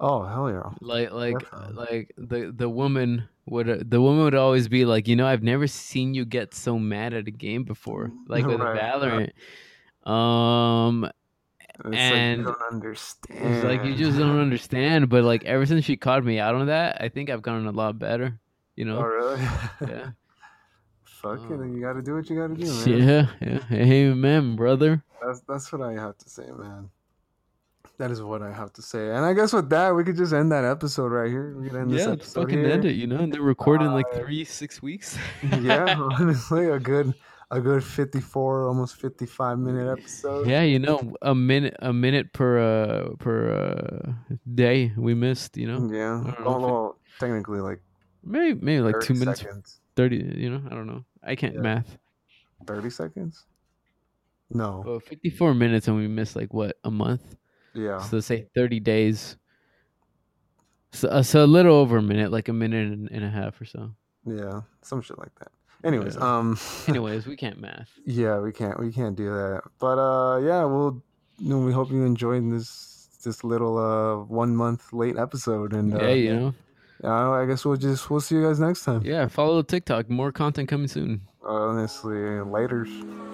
[SPEAKER 2] oh hell yeah.
[SPEAKER 3] like like
[SPEAKER 2] Definitely.
[SPEAKER 3] like the the woman would uh, the woman would always be like you know i've never seen you get so mad at a game before like with
[SPEAKER 2] Right.
[SPEAKER 3] valorant um
[SPEAKER 2] It's like
[SPEAKER 3] And-
[SPEAKER 2] you don't understand.
[SPEAKER 3] it's like you just don't understand but like ever since she called me out on that i think i've gotten a lot better you
[SPEAKER 2] <laughs> Oh
[SPEAKER 3] know
[SPEAKER 2] really?
[SPEAKER 3] <laughs> yeah
[SPEAKER 2] <laughs> Fuck it.
[SPEAKER 3] Oh.
[SPEAKER 2] Then you gotta do what you gotta do, man.
[SPEAKER 3] yeah yeah amen brother
[SPEAKER 2] That's that's what I have to say, man. That is what I have to say. And I guess with that, we could just end that episode right here. We could end this
[SPEAKER 3] yeah,
[SPEAKER 2] episode
[SPEAKER 3] fucking
[SPEAKER 2] here.
[SPEAKER 3] end it, <laughs> you know. And they're recording like
[SPEAKER 2] Uh,
[SPEAKER 3] three, six weeks.
[SPEAKER 2] <laughs> yeah, honestly, a good a good 54, almost 55 minute episode.
[SPEAKER 3] yeah, you know, a minute, a minute per uh, per uh, day we missed. You know,
[SPEAKER 2] Yeah.
[SPEAKER 3] I don't know
[SPEAKER 2] Well,
[SPEAKER 3] if it-
[SPEAKER 2] well, technically like
[SPEAKER 3] maybe maybe like
[SPEAKER 2] 30
[SPEAKER 3] two minutes,
[SPEAKER 2] seconds.
[SPEAKER 3] thirty. You know, I don't know. I can't
[SPEAKER 2] Yeah.
[SPEAKER 3] math.
[SPEAKER 2] 30 seconds? No.
[SPEAKER 3] Well, fifty-four minutes, and we missed like what a month.
[SPEAKER 2] Yeah.
[SPEAKER 3] So say thirty days. So, uh, so a little over a minute, like a minute and, and a half or
[SPEAKER 2] <laughs>
[SPEAKER 3] so.
[SPEAKER 2] Yeah. Some shit like that. Anyways,
[SPEAKER 3] Yeah.
[SPEAKER 2] um <laughs>
[SPEAKER 3] Anyways, we can't math.
[SPEAKER 2] yeah we can't we can't do that but uh yeah we'll you know, we hope you enjoyed this this little uh one month late episode and uh,
[SPEAKER 3] Yeah, you know.
[SPEAKER 2] uh, i guess we'll just we'll see you guys next time
[SPEAKER 3] Yeah, follow the TikTok. More content coming soon.
[SPEAKER 2] honestly later